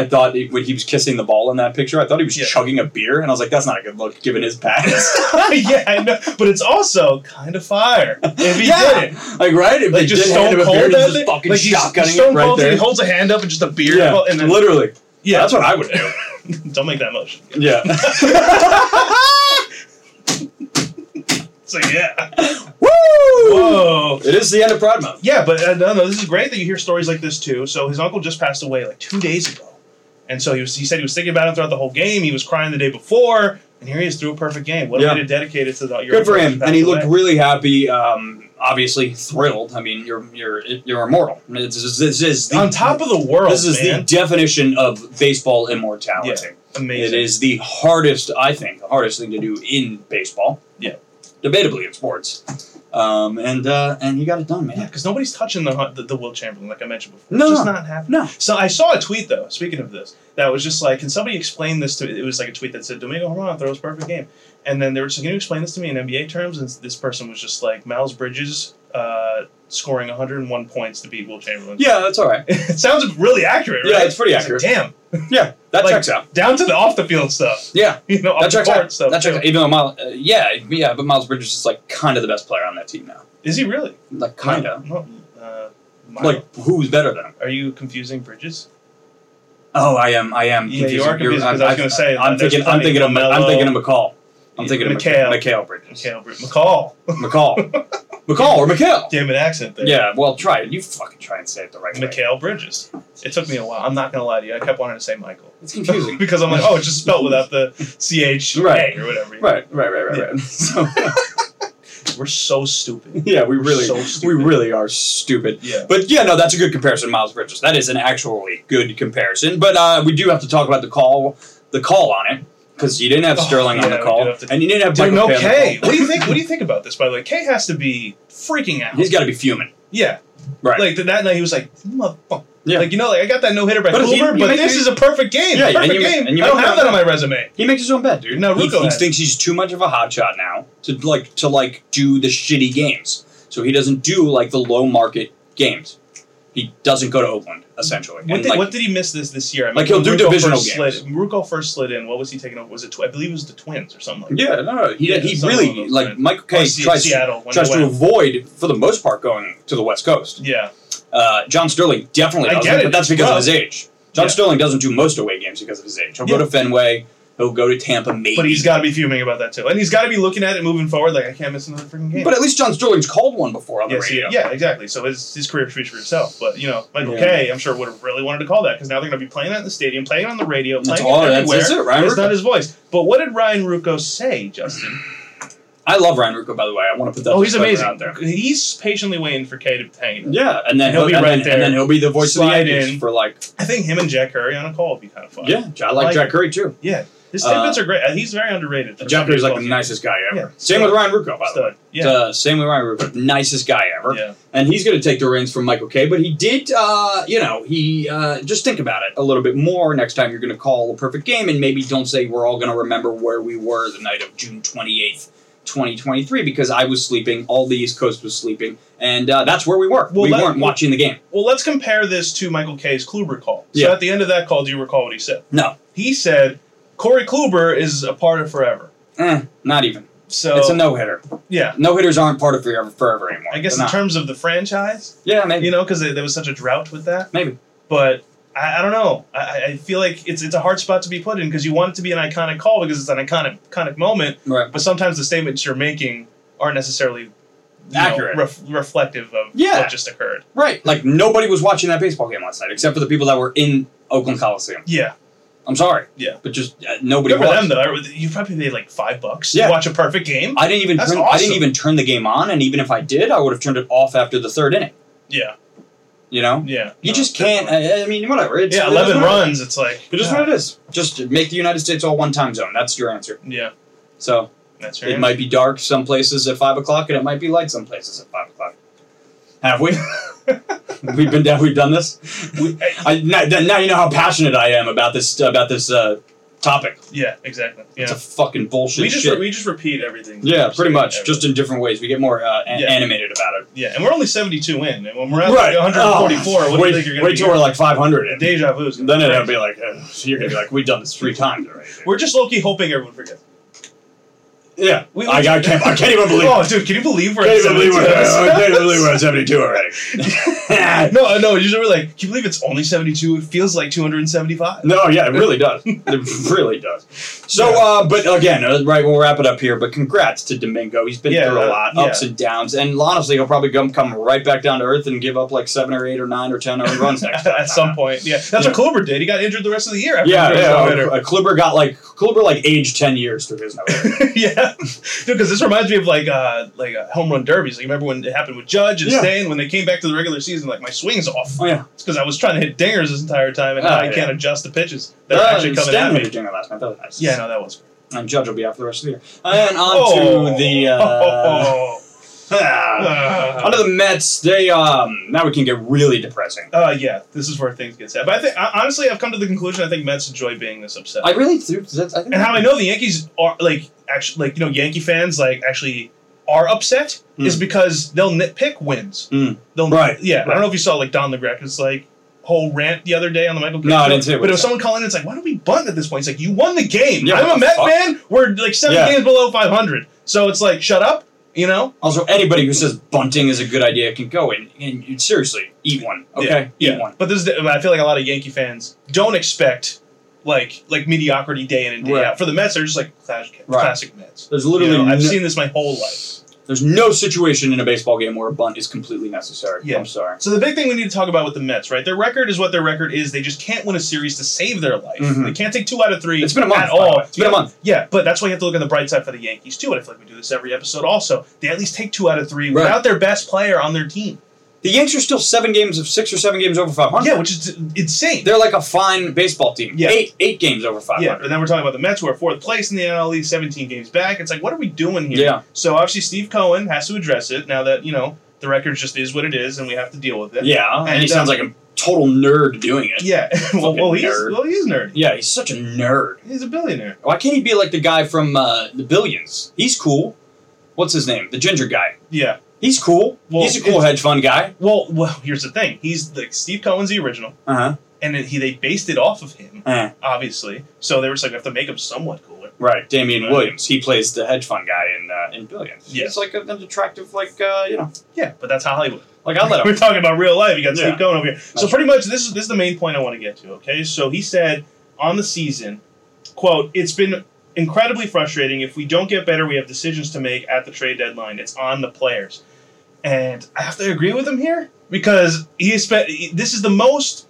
[SPEAKER 2] I thought he, when he was kissing the ball in that picture, I thought he was
[SPEAKER 3] Yeah.
[SPEAKER 2] chugging a beer, and I was like, that's not a good look given his past.
[SPEAKER 3] yeah, I know, but it's also kind of fire if he
[SPEAKER 2] Yeah.
[SPEAKER 3] did it.
[SPEAKER 2] like, right? If they
[SPEAKER 3] Like just
[SPEAKER 2] just hand
[SPEAKER 3] Stone
[SPEAKER 2] him a
[SPEAKER 3] Cold,
[SPEAKER 2] beer, and
[SPEAKER 3] that
[SPEAKER 2] he's
[SPEAKER 3] thing.
[SPEAKER 2] just fucking
[SPEAKER 3] like he's-
[SPEAKER 2] shotgunning
[SPEAKER 3] Stone
[SPEAKER 2] it right
[SPEAKER 3] Cold,
[SPEAKER 2] there.
[SPEAKER 3] He holds a hand up and just a beer,
[SPEAKER 2] yeah,
[SPEAKER 3] and then
[SPEAKER 2] literally.
[SPEAKER 3] yeah,
[SPEAKER 2] that's what I would do.
[SPEAKER 3] don't make that motion.
[SPEAKER 2] Yeah.
[SPEAKER 3] It's like yeah,
[SPEAKER 2] Woo!
[SPEAKER 3] whoa.
[SPEAKER 2] It is the end of Pride Month.
[SPEAKER 3] Yeah, but uh, no, no, this is great that you hear stories like this too. So his uncle just passed away like two days ago, and so he was. He said he was thinking about him throughout the whole game. He was crying the day before, and here he is through a perfect game. What
[SPEAKER 2] Yeah.
[SPEAKER 3] a way to dedicate it to the. Your
[SPEAKER 2] Good for
[SPEAKER 3] uncle
[SPEAKER 2] him,
[SPEAKER 3] who
[SPEAKER 2] and he
[SPEAKER 3] passed
[SPEAKER 2] looked
[SPEAKER 3] away.
[SPEAKER 2] really happy. Um, obviously thrilled. I mean, you're you're you're immortal. This is, this is the,
[SPEAKER 3] on top of the world.
[SPEAKER 2] This is
[SPEAKER 3] man.
[SPEAKER 2] the definition of baseball immortality.
[SPEAKER 3] Yeah. amazing.
[SPEAKER 2] It is the hardest, I think, the hardest thing to do in baseball.
[SPEAKER 3] Yeah.
[SPEAKER 2] debatably in sports. Um, and uh, and he got it done,
[SPEAKER 3] Yeah,
[SPEAKER 2] man.
[SPEAKER 3] because nobody's touching the, hu- the the Will Chamberlain like I mentioned before.
[SPEAKER 2] No.
[SPEAKER 3] it's just not happening.
[SPEAKER 2] No,
[SPEAKER 3] So I saw a tweet though. Speaking of this, that was just like, can somebody explain this to? It was like a tweet that said Domingo Herman throws perfect game, And then they were just like, "Can you explain this to me in NBA terms?" And this person was just like, "Miles Bridges uh, scoring 101 points to beat Will Chamberlain."
[SPEAKER 2] Yeah, that's all right.
[SPEAKER 3] it sounds really accurate, right?
[SPEAKER 2] Yeah, it's pretty
[SPEAKER 3] I was like, Damn,
[SPEAKER 2] Yeah, that
[SPEAKER 3] Like-
[SPEAKER 2] checks out.
[SPEAKER 3] down to the off the field stuff.
[SPEAKER 2] Yeah,
[SPEAKER 3] You
[SPEAKER 2] that
[SPEAKER 3] know, off the
[SPEAKER 2] checks
[SPEAKER 3] court
[SPEAKER 2] out.
[SPEAKER 3] stuff.
[SPEAKER 2] That checks
[SPEAKER 3] too.
[SPEAKER 2] out. Even though Miles, uh, yeah, yeah, but Miles Bridges is like kind of the best player on that team now.
[SPEAKER 3] Is he really?
[SPEAKER 2] Like kind of.
[SPEAKER 3] No, no, uh, Miles.
[SPEAKER 2] Like who's better than him?
[SPEAKER 3] are you confusing Bridges?
[SPEAKER 2] Oh, I am. I am.
[SPEAKER 3] Yeah,
[SPEAKER 2] confusing-
[SPEAKER 3] you are confusing,
[SPEAKER 2] you're-
[SPEAKER 3] 'cause I was gonna say,
[SPEAKER 2] I'm
[SPEAKER 3] like, there's
[SPEAKER 2] thinking. I'm
[SPEAKER 3] plenty.
[SPEAKER 2] thinking of. I'm
[SPEAKER 3] LaMelo.
[SPEAKER 2] thinking of McCall. I'm
[SPEAKER 3] Yeah,
[SPEAKER 2] thinking of
[SPEAKER 3] McHale.
[SPEAKER 2] McHale Bridges.
[SPEAKER 3] McHale, Brid- McCall.
[SPEAKER 2] McCall. McCall or McHale.
[SPEAKER 3] Damn it, accent there.
[SPEAKER 2] Yeah. Well, try it. You fucking try and say it the right way.
[SPEAKER 3] Mikhail Bridges. It took me a while. I'm not gonna lie to you. I kept wanting to say Michael
[SPEAKER 2] It's confusing.
[SPEAKER 3] because I'm like, oh, it's just spelled without the C H
[SPEAKER 2] Right.
[SPEAKER 3] A or whatever.
[SPEAKER 2] right. Right. Right. Right.
[SPEAKER 3] Yeah.
[SPEAKER 2] Right. So
[SPEAKER 3] We're so stupid.
[SPEAKER 2] yeah, we really,
[SPEAKER 3] So
[SPEAKER 2] we
[SPEAKER 3] stupid.
[SPEAKER 2] really are stupid.
[SPEAKER 3] Yeah.
[SPEAKER 2] But yeah, no, that's a good comparison, Miles Bridges. That is an actually good comparison. But uh, we do have to talk about the call, the call on it, because you didn't have
[SPEAKER 3] Oh,
[SPEAKER 2] Sterling on the
[SPEAKER 3] yeah, we
[SPEAKER 2] call,
[SPEAKER 3] do have to-
[SPEAKER 2] and you didn't have
[SPEAKER 3] Dude,
[SPEAKER 2] Michael K
[SPEAKER 3] no
[SPEAKER 2] on the
[SPEAKER 3] K.
[SPEAKER 2] call.
[SPEAKER 3] What do you think? What do you think about this? By the way, K has to be freaking out.
[SPEAKER 2] He's got to be fuming,
[SPEAKER 3] yeah.
[SPEAKER 2] right?
[SPEAKER 3] Like that night, he was like, motherfucker.
[SPEAKER 2] Yeah.
[SPEAKER 3] Like you know, like I got that no hitter by
[SPEAKER 2] But if you-
[SPEAKER 3] Kluber,
[SPEAKER 2] you
[SPEAKER 3] but
[SPEAKER 2] make
[SPEAKER 3] this
[SPEAKER 2] your-
[SPEAKER 3] is a perfect game.
[SPEAKER 2] Yeah, and
[SPEAKER 3] perfect
[SPEAKER 2] you make-
[SPEAKER 3] game.
[SPEAKER 2] and you
[SPEAKER 3] I don't
[SPEAKER 2] make
[SPEAKER 3] have
[SPEAKER 2] your-
[SPEAKER 3] that on my resume.
[SPEAKER 2] he makes his own bet, dude.
[SPEAKER 3] No,
[SPEAKER 2] he,
[SPEAKER 3] Rucco
[SPEAKER 2] he
[SPEAKER 3] had-
[SPEAKER 2] thinks he's too much of a hotshot now to like to like do the shitty games. So he doesn't do like the low market games. He doesn't go to Oakland essentially.
[SPEAKER 3] What
[SPEAKER 2] And,
[SPEAKER 3] did,
[SPEAKER 2] like,
[SPEAKER 3] what did he miss this this year? I mean,
[SPEAKER 2] Like, he'll do
[SPEAKER 3] when Rucco
[SPEAKER 2] divisional
[SPEAKER 3] first
[SPEAKER 2] games.
[SPEAKER 3] Slid, when Rucco first slid in. What was he taking over? Was it? Tw- I believe it was the Twins or something like that.
[SPEAKER 2] yeah, no, no, he,
[SPEAKER 3] Yeah,
[SPEAKER 2] he
[SPEAKER 3] some of
[SPEAKER 2] really
[SPEAKER 3] those
[SPEAKER 2] like
[SPEAKER 3] guys.
[SPEAKER 2] Michael
[SPEAKER 3] Or
[SPEAKER 2] K
[SPEAKER 3] Se-
[SPEAKER 2] tries to
[SPEAKER 3] Seattle. when
[SPEAKER 2] tries
[SPEAKER 3] they
[SPEAKER 2] to
[SPEAKER 3] went.
[SPEAKER 2] avoid, for the most part, going to the West Coast.
[SPEAKER 3] Yeah.
[SPEAKER 2] Uh, John Sterling definitely
[SPEAKER 3] I
[SPEAKER 2] doesn't,
[SPEAKER 3] get it,
[SPEAKER 2] but that's
[SPEAKER 3] it's
[SPEAKER 2] because of
[SPEAKER 3] rough.
[SPEAKER 2] his age. John
[SPEAKER 3] Yeah.
[SPEAKER 2] Sterling doesn't do most away games because of his age. He'll
[SPEAKER 3] Yeah.
[SPEAKER 2] go to Fenway. He'll go to Tampa, maybe.
[SPEAKER 3] But he's got to be fuming about that too, and he's got to be looking at it moving forward. Like I can't miss another freaking game.
[SPEAKER 2] But at least John Sterling's called one before on the
[SPEAKER 3] yes, he-
[SPEAKER 2] radio.
[SPEAKER 3] yeah, exactly. So his, his career speaks for itself. But you know, Michael
[SPEAKER 2] Yeah.
[SPEAKER 3] Kay, I'm sure would have really wanted to call that because now they're going to be playing that in the stadium, playing it on the radio,
[SPEAKER 2] That's
[SPEAKER 3] playing
[SPEAKER 2] all.
[SPEAKER 3] it
[SPEAKER 2] That's,
[SPEAKER 3] everywhere.
[SPEAKER 2] that's it, Ryan
[SPEAKER 3] It's not
[SPEAKER 2] Rucco.
[SPEAKER 3] his voice. But what did Ryan Rucco say, Justin?
[SPEAKER 2] I love Ryan Rucco, by the way. I want to put that.
[SPEAKER 3] oh, he's
[SPEAKER 2] disclaimer
[SPEAKER 3] amazing.
[SPEAKER 2] Out there.
[SPEAKER 3] He's patiently waiting for Kay to hang. it.
[SPEAKER 2] Yeah, and then
[SPEAKER 3] He'll be
[SPEAKER 2] and
[SPEAKER 3] right
[SPEAKER 2] then,
[SPEAKER 3] there.
[SPEAKER 2] and then he'll be the voice of
[SPEAKER 3] Slide
[SPEAKER 2] the '80s
[SPEAKER 3] in.
[SPEAKER 2] for like.
[SPEAKER 3] I think him and Jack Curry on a call would be kind of fun.
[SPEAKER 2] Yeah, I like,
[SPEAKER 3] Like-
[SPEAKER 2] Jack Curry too.
[SPEAKER 3] yeah. His
[SPEAKER 2] Uh,
[SPEAKER 3] tidbits are great. Uh, He's very underrated. for
[SPEAKER 2] Jack
[SPEAKER 3] somebody
[SPEAKER 2] Curry's like the
[SPEAKER 3] who's
[SPEAKER 2] nicest guy ever.
[SPEAKER 3] Yeah.
[SPEAKER 2] Same with Ryan Rucco, by the way.
[SPEAKER 3] Stud. Yeah.
[SPEAKER 2] Uh, same with Ryan Rucco, nicest guy ever.
[SPEAKER 3] Yeah.
[SPEAKER 2] and he's going to take the reins from Michael Kay. But he did, uh, you know, he uh, just think about it a little bit more next time you're going to call a perfect game, and maybe don't say we're all going to remember where we were the night of June 28th, 2023, because I was sleeping, all the East Coast was sleeping, and uh, that's where we were.
[SPEAKER 3] Well,
[SPEAKER 2] we
[SPEAKER 3] that-
[SPEAKER 2] weren't watching the game.
[SPEAKER 3] Well, let's compare this to Michael Kay's Kluber call. So
[SPEAKER 2] Yeah.
[SPEAKER 3] at the end of that call, do you recall what he said?
[SPEAKER 2] No,
[SPEAKER 3] He said, Corey Kluber is a part of forever.
[SPEAKER 2] Eh, not even.
[SPEAKER 3] So,
[SPEAKER 2] it's a no hitter.
[SPEAKER 3] yeah.
[SPEAKER 2] No hitters aren't part of forever, forever anymore.
[SPEAKER 3] I guess
[SPEAKER 2] They're
[SPEAKER 3] in
[SPEAKER 2] not.
[SPEAKER 3] terms of the franchise,
[SPEAKER 2] yeah, maybe,
[SPEAKER 3] you know, because there was such a drought with that.
[SPEAKER 2] maybe.
[SPEAKER 3] But I, I don't know. I- I, I feel like it's it's a hard spot to be put in because you want it to be an iconic call because it's an iconic iconic moment.
[SPEAKER 2] Right.
[SPEAKER 3] But sometimes the statements you're making aren't necessarily you know,
[SPEAKER 2] Accurate.
[SPEAKER 3] ref- reflective of
[SPEAKER 2] Yeah.
[SPEAKER 3] what just occurred.
[SPEAKER 2] Right. Like nobody was watching that baseball game last night except for the people that were in Oakland Coliseum.
[SPEAKER 3] Yeah.
[SPEAKER 2] I'm sorry.
[SPEAKER 3] Yeah.
[SPEAKER 2] But just uh, nobody
[SPEAKER 3] Good for
[SPEAKER 2] was.
[SPEAKER 3] them though. You probably paid like five bucks
[SPEAKER 2] Yeah.
[SPEAKER 3] to watch a perfect game.
[SPEAKER 2] I didn't even
[SPEAKER 3] That's
[SPEAKER 2] turn, I
[SPEAKER 3] awesome.
[SPEAKER 2] didn't even turn the game on, and even if I did, I would have turned it off after the third inning.
[SPEAKER 3] Yeah.
[SPEAKER 2] You know,
[SPEAKER 3] Yeah.
[SPEAKER 2] you
[SPEAKER 3] No,
[SPEAKER 2] just
[SPEAKER 3] definitely.
[SPEAKER 2] can't. I, I mean, whatever. It's,
[SPEAKER 3] yeah,
[SPEAKER 2] it is
[SPEAKER 3] eleven
[SPEAKER 2] what it-
[SPEAKER 3] runs. It's like
[SPEAKER 2] It is
[SPEAKER 3] yeah,
[SPEAKER 2] what it is. Just make the United States all one time zone. That's your answer.
[SPEAKER 3] yeah,
[SPEAKER 2] So
[SPEAKER 3] that's
[SPEAKER 2] it
[SPEAKER 3] right.
[SPEAKER 2] might be dark some places at five o'clock, and it might be light some places at five o'clock. Have we? we've been down. We've done this.
[SPEAKER 3] We-
[SPEAKER 2] I, now, now you know how passionate I am about this about this uh, topic.
[SPEAKER 3] yeah, exactly.
[SPEAKER 2] It's
[SPEAKER 3] Yeah,
[SPEAKER 2] a fucking bullshit
[SPEAKER 3] we just
[SPEAKER 2] shit.
[SPEAKER 3] we just repeat everything.
[SPEAKER 2] yeah, pretty much.
[SPEAKER 3] Everything.
[SPEAKER 2] Just in different ways. We get more uh, a-
[SPEAKER 3] Yeah.
[SPEAKER 2] animated about it.
[SPEAKER 3] yeah, and we're only seventy two in, and when we're at like one hundred forty four,
[SPEAKER 2] Oh,
[SPEAKER 3] what do
[SPEAKER 2] wait,
[SPEAKER 3] you think you're
[SPEAKER 2] wait till
[SPEAKER 3] gonna
[SPEAKER 2] we're like 500.
[SPEAKER 3] be?
[SPEAKER 2] And
[SPEAKER 3] Deja vu. is gonna
[SPEAKER 2] then
[SPEAKER 3] be
[SPEAKER 2] it'll
[SPEAKER 3] crazy.
[SPEAKER 2] be like, uh, you're going to be like, we've done this three times already.
[SPEAKER 3] We're just low key hoping everyone forgets.
[SPEAKER 2] yeah.
[SPEAKER 3] We- we-
[SPEAKER 2] I, I, can't, I can't even believe it.
[SPEAKER 3] Oh, dude, can you believe we're
[SPEAKER 2] Can't
[SPEAKER 3] at
[SPEAKER 2] even believe we're,
[SPEAKER 3] 72
[SPEAKER 2] I can't even believe we're at 72 already.
[SPEAKER 3] no, no, usually we're like, can you believe it's only seventy two? It feels like two hundred and seventy five.
[SPEAKER 2] No, yeah, it really does. It really does. So,
[SPEAKER 3] Yeah.
[SPEAKER 2] uh, but again, uh, right, we'll wrap it up here. But congrats to Domingo. He's been
[SPEAKER 3] Yeah,
[SPEAKER 2] through a
[SPEAKER 3] uh,
[SPEAKER 2] lot, ups and downs, and honestly, he'll probably come come right back down to earth and give up like seven or eight or nine or ten earned runs next time.
[SPEAKER 3] At some point, yeah, that's what Kluber did. He got injured the rest of the year. After
[SPEAKER 2] Yeah,
[SPEAKER 3] he was
[SPEAKER 2] yeah.
[SPEAKER 3] no
[SPEAKER 2] Uh, Kluber got like Kluber like aged ten years through his no hitter.
[SPEAKER 3] yeah, dude, because this reminds me of like uh like uh, home run derbies. Like remember when it happened with Judge and
[SPEAKER 2] Yeah.
[SPEAKER 3] Stan when they came back to the regular season? Like my swing's off.
[SPEAKER 2] Oh yeah.
[SPEAKER 3] It's because I was trying to hit dingers this entire time, and now
[SPEAKER 2] Oh,
[SPEAKER 3] I
[SPEAKER 2] yeah.
[SPEAKER 3] can't adjust the pitches. They're
[SPEAKER 2] Uh,
[SPEAKER 3] actually coming
[SPEAKER 2] Stan
[SPEAKER 3] at
[SPEAKER 2] hit a
[SPEAKER 3] me.
[SPEAKER 2] dinger last night. That was nice.
[SPEAKER 3] Yeah, no, that was.
[SPEAKER 2] And Judge will be out for the rest of the year. And on
[SPEAKER 3] oh.
[SPEAKER 2] to the uh,
[SPEAKER 3] Oh.
[SPEAKER 2] on to the Mets. They um now we can get really depressing.
[SPEAKER 3] Uh, yeah, this is where things get sad. But I think I- honestly, I've come to the conclusion I think Mets enjoy being this upset.
[SPEAKER 2] I really do. that's- I think
[SPEAKER 3] and how I know the Yankees are like actually like you know Yankee fans like actually are upset
[SPEAKER 2] Mm.
[SPEAKER 3] is because they'll nitpick wins.
[SPEAKER 2] Mm.
[SPEAKER 3] They'll
[SPEAKER 2] Right,
[SPEAKER 3] Yeah, I
[SPEAKER 2] right.
[SPEAKER 3] don't know if you saw like Don LeGrecq's like whole rant the other day on the Michael. Vick
[SPEAKER 2] No, I
[SPEAKER 3] show,
[SPEAKER 2] didn't see it.
[SPEAKER 3] But if someone calling, it's like, why do we bunt at this point? It's like you won the game.
[SPEAKER 2] Yeah,
[SPEAKER 3] I'm
[SPEAKER 2] what
[SPEAKER 3] a
[SPEAKER 2] the
[SPEAKER 3] Met
[SPEAKER 2] fuck?
[SPEAKER 3] fan. We're like seven
[SPEAKER 2] Yeah.
[SPEAKER 3] games below 500. So it's like, shut up. You know.
[SPEAKER 2] Also, anybody who says bunting is a good idea can go and, and you- seriously eat one. Okay,
[SPEAKER 3] Yeah.
[SPEAKER 2] eat
[SPEAKER 3] yeah.
[SPEAKER 2] one.
[SPEAKER 3] But this is the, I feel like a lot of Yankee fans don't expect like like mediocrity day in and day
[SPEAKER 2] Right.
[SPEAKER 3] out. For the Mets, they're just like classic,
[SPEAKER 2] Right.
[SPEAKER 3] classic Mets.
[SPEAKER 2] There's literally
[SPEAKER 3] You know, I've
[SPEAKER 2] no-
[SPEAKER 3] seen this my whole life.
[SPEAKER 2] There's no situation in a baseball game where a bunt is completely necessary.
[SPEAKER 3] Yeah.
[SPEAKER 2] I'm sorry.
[SPEAKER 3] So the big thing we need to talk about with the Mets, right? Their record is what their record is. They just can't win a series to save their life.
[SPEAKER 2] Mhm.
[SPEAKER 3] They can't take two out of three.
[SPEAKER 2] It's been a month.
[SPEAKER 3] at
[SPEAKER 2] by the
[SPEAKER 3] all.
[SPEAKER 2] way. It's been a month.
[SPEAKER 3] Yeah, but that's why you have to look on the bright side for the Yankees too. And I feel like we do this every episode. Also, they at least take two out of three
[SPEAKER 2] Right.
[SPEAKER 3] without their best player on their team.
[SPEAKER 2] The Yanks are still seven games of six or seven games over 500.
[SPEAKER 3] Yeah, which is insane.
[SPEAKER 2] They're like a fine baseball team.
[SPEAKER 3] Yeah.
[SPEAKER 2] Eight eight games over 500.
[SPEAKER 3] Yeah, and then we're talking about the Mets, who are fourth place in the NL East, 17 games back. It's like, what are we doing here?
[SPEAKER 2] Yeah.
[SPEAKER 3] So obviously, Steve Cohen has to address it now that you know the record just is what it is, and we have to deal with it.
[SPEAKER 2] Yeah, and,
[SPEAKER 3] And,
[SPEAKER 2] he sounds
[SPEAKER 3] um,
[SPEAKER 2] like a total nerd doing it.
[SPEAKER 3] Yeah. well, well, he's
[SPEAKER 2] nerd.
[SPEAKER 3] well, he's nerdy.
[SPEAKER 2] Yeah, he's such a nerd.
[SPEAKER 3] He's a billionaire.
[SPEAKER 2] Why can't he be like the guy from uh, the Billions? He's cool. What's his name? The ginger guy.
[SPEAKER 3] Yeah.
[SPEAKER 2] He's cool.
[SPEAKER 3] Well,
[SPEAKER 2] he's a cool
[SPEAKER 3] it's-
[SPEAKER 2] hedge fund guy.
[SPEAKER 3] Well, well, here's the thing. He's like Steve Cohen's the original,
[SPEAKER 2] Uh huh.
[SPEAKER 3] and then he they based it off of him,
[SPEAKER 2] Uh-huh.
[SPEAKER 3] obviously. So they were just like, we have to make him somewhat cooler.
[SPEAKER 2] Right, Damian
[SPEAKER 3] Right.
[SPEAKER 2] Williams. He plays the hedge fund guy in uh, in Billions.
[SPEAKER 3] Yeah.
[SPEAKER 2] He's like an attractive, like uh, you know,
[SPEAKER 3] Yeah, but that's Hollywood.
[SPEAKER 2] like I let
[SPEAKER 3] We're
[SPEAKER 2] him.
[SPEAKER 3] talking about real life. You got
[SPEAKER 2] Yeah.
[SPEAKER 3] Steve Cohen over here. So
[SPEAKER 2] That's
[SPEAKER 3] pretty much this is this is the main point I want to get to. Okay, so he said on the season, quote, "It's been incredibly frustrating. If we don't get better, we have decisions to make at the trade deadline. It's on the players." And I have to agree with him here because he has spent. This is the most,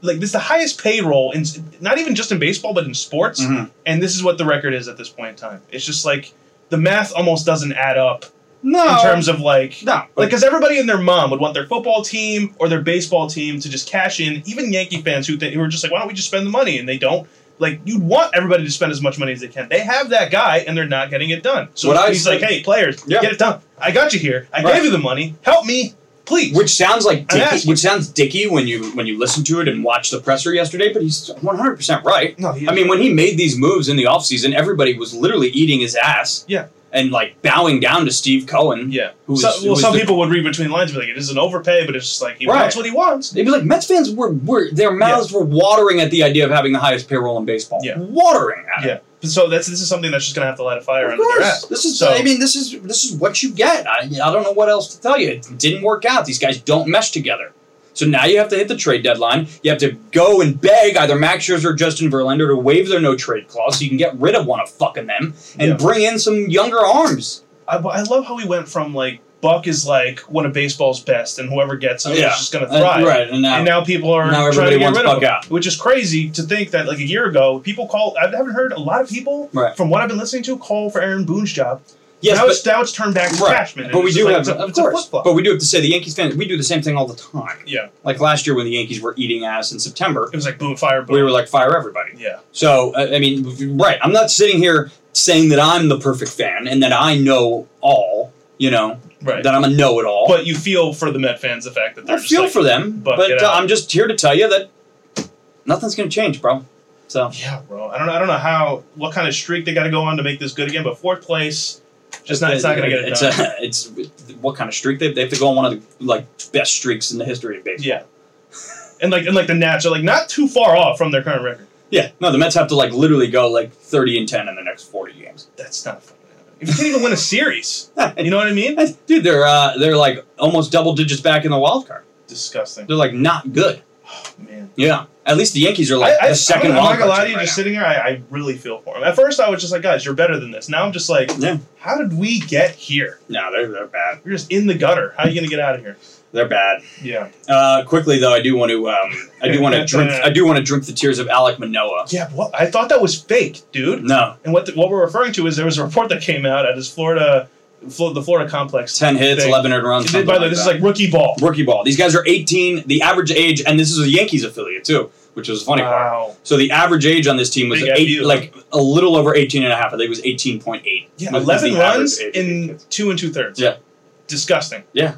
[SPEAKER 3] like this is the highest payroll in not even just in baseball but in sports.
[SPEAKER 2] Mhm.
[SPEAKER 3] And this is what the record is at this point in time. It's just like the math almost doesn't add up
[SPEAKER 2] No,
[SPEAKER 3] in terms of like
[SPEAKER 2] no,
[SPEAKER 3] like, because everybody and their mom would want their football team or their baseball team to just cash in. Even Yankee fans who think who are just like, why don't we just spend the money? And they don't. Like, you'd want everybody to spend as much money as they can. They have that guy, and they're not getting it done. So
[SPEAKER 2] What I
[SPEAKER 3] he's
[SPEAKER 2] said-
[SPEAKER 3] like, hey, players,
[SPEAKER 2] Yeah.
[SPEAKER 3] get it done. I got you here. I
[SPEAKER 2] Right.
[SPEAKER 3] gave you the money. Help me, please.
[SPEAKER 2] Which sounds like
[SPEAKER 3] I'm
[SPEAKER 2] dicky,
[SPEAKER 3] asking.
[SPEAKER 2] which sounds dicky when you when you listen to it and watch the presser yesterday, but he's 100% right.
[SPEAKER 3] no, he
[SPEAKER 2] I mean, when he made these moves in the offseason, everybody was literally eating his ass.
[SPEAKER 3] Yeah.
[SPEAKER 2] And like bowing down to Steve Cohen.
[SPEAKER 3] yeah.
[SPEAKER 2] who was-
[SPEAKER 3] So-
[SPEAKER 2] who
[SPEAKER 3] well,
[SPEAKER 2] was
[SPEAKER 3] some
[SPEAKER 2] the-
[SPEAKER 3] people would read between the lines and be like, it is an overpay, but it's just like he
[SPEAKER 2] Right.
[SPEAKER 3] wants what he wants.
[SPEAKER 2] They'd be like, Mets fans were, were their mouths were watering at the idea of having the highest payroll in baseball.
[SPEAKER 3] Yeah.
[SPEAKER 2] Watering at it.
[SPEAKER 3] Yeah. So that's this is something that's just gonna have to light a fire
[SPEAKER 2] Of
[SPEAKER 3] under their ass.
[SPEAKER 2] course. This is
[SPEAKER 3] So-
[SPEAKER 2] I mean, this is this is what you get. I, I don't know what else to tell you. It didn't work out. These guys don't mesh together. So now you have to hit the trade deadline. You have to go and beg either Max Scherzer or Justin Verlander to waive their no trade clause so you can get rid of one of fucking them and
[SPEAKER 3] Yeah.
[SPEAKER 2] bring in some younger arms.
[SPEAKER 3] I, I love how we went from like Buck is like one of baseball's best, and whoever gets him
[SPEAKER 2] Yeah.
[SPEAKER 3] is just going to
[SPEAKER 2] Uh,
[SPEAKER 3] thrive.
[SPEAKER 2] right. And now,
[SPEAKER 3] And now people are
[SPEAKER 2] Now
[SPEAKER 3] trying
[SPEAKER 2] everybody
[SPEAKER 3] to get
[SPEAKER 2] wants
[SPEAKER 3] rid of
[SPEAKER 2] Buck
[SPEAKER 3] him,
[SPEAKER 2] out.
[SPEAKER 3] which is crazy to think that like a year ago, people call. I haven't heard a lot of people
[SPEAKER 2] Right.
[SPEAKER 3] from what I've been listening to call for Aaron Boone's job.
[SPEAKER 2] yes,
[SPEAKER 3] now,
[SPEAKER 2] but-
[SPEAKER 3] it's, now it's turned back to
[SPEAKER 2] Right.
[SPEAKER 3] Cashman.
[SPEAKER 2] But
[SPEAKER 3] and
[SPEAKER 2] we
[SPEAKER 3] it's
[SPEAKER 2] do
[SPEAKER 3] just like,
[SPEAKER 2] have,
[SPEAKER 3] it's a,
[SPEAKER 2] of
[SPEAKER 3] it's a
[SPEAKER 2] course.
[SPEAKER 3] flip-flop.
[SPEAKER 2] But we do have to say the Yankees fans. We do the same thing all the time.
[SPEAKER 3] yeah,
[SPEAKER 2] Like last year when the Yankees were eating ass in September,
[SPEAKER 3] it was like boom, fire, boom.
[SPEAKER 2] we were like fire everybody.
[SPEAKER 3] yeah,
[SPEAKER 2] So I I mean, right? I'm not sitting here saying that I'm the perfect fan and that I know all. You know
[SPEAKER 3] right.
[SPEAKER 2] that I'm a know-it-all.
[SPEAKER 3] but you feel for the Met fans the fact that they're
[SPEAKER 2] I
[SPEAKER 3] just
[SPEAKER 2] feel
[SPEAKER 3] like,
[SPEAKER 2] for them.
[SPEAKER 3] "Buck,
[SPEAKER 2] But,
[SPEAKER 3] get
[SPEAKER 2] uh,
[SPEAKER 3] out."
[SPEAKER 2] I'm just here to tell you that nothing's going to change, bro. So
[SPEAKER 3] Yeah, bro. I don't. know. I don't know how what kind of streak they got to go on to make this good again. But fourth place, just not. It's not going to get it
[SPEAKER 2] It's
[SPEAKER 3] done.
[SPEAKER 2] a, it's what kind of streak they, they have to go on one of the like best streaks in the history of baseball.
[SPEAKER 3] Yeah. And like and like the Nats are like not too far off from their current record.
[SPEAKER 2] Yeah. No, the Mets have to like literally go like 30 and 10 in the next 40 games.
[SPEAKER 3] That's not fucking happening. If you can't even win a series, you know what I mean?
[SPEAKER 2] Dude, they're uh, they're like almost double digits back in the wild card.
[SPEAKER 3] Disgusting,
[SPEAKER 2] They're like not good.
[SPEAKER 3] man.
[SPEAKER 2] Yeah. At least the Yankees are
[SPEAKER 3] I,
[SPEAKER 2] like
[SPEAKER 3] I,
[SPEAKER 2] the second
[SPEAKER 3] I'm not- I'm
[SPEAKER 2] wild
[SPEAKER 3] not gonna
[SPEAKER 2] card.
[SPEAKER 3] lie to
[SPEAKER 2] team
[SPEAKER 3] you.
[SPEAKER 2] right
[SPEAKER 3] Just
[SPEAKER 2] now.
[SPEAKER 3] sitting here, I, I really feel for them. At first, I was just like, guys, you're better than this. Now I'm just like,
[SPEAKER 2] Yeah.
[SPEAKER 3] how did we get here?
[SPEAKER 2] No, they're, they're bad.
[SPEAKER 3] You're just in the gutter. How are you gonna get out of here?
[SPEAKER 2] They're bad.
[SPEAKER 3] Yeah,
[SPEAKER 2] Uh, quickly though, I do want to um, I do want to drink I do want to drink the tears of Alec Manoa.
[SPEAKER 3] yeah. What I thought that was fake, dude.
[SPEAKER 2] No,
[SPEAKER 3] And what the, what we're referring to is there was a report that came out at his Florida, Flo, the Florida complex.
[SPEAKER 2] ten hits,
[SPEAKER 3] Thing.
[SPEAKER 2] eleven earned runs.
[SPEAKER 3] By
[SPEAKER 2] something
[SPEAKER 3] the way, this is
[SPEAKER 2] that.
[SPEAKER 3] like rookie ball.
[SPEAKER 2] rookie ball. These guys are 18. The average age, and this is a Yankees affiliate too, which was a funny part.
[SPEAKER 3] Wow.
[SPEAKER 2] So the average age on this team was
[SPEAKER 3] Big
[SPEAKER 2] eight,
[SPEAKER 3] FU.
[SPEAKER 2] like a little over 18 and a half. I think it was 18.8.
[SPEAKER 3] Yeah,
[SPEAKER 2] Was- was
[SPEAKER 3] eleven
[SPEAKER 2] the average
[SPEAKER 3] runs
[SPEAKER 2] age of these
[SPEAKER 3] in
[SPEAKER 2] kids.
[SPEAKER 3] two and two thirds.
[SPEAKER 2] Yeah.
[SPEAKER 3] disgusting.
[SPEAKER 2] Yeah.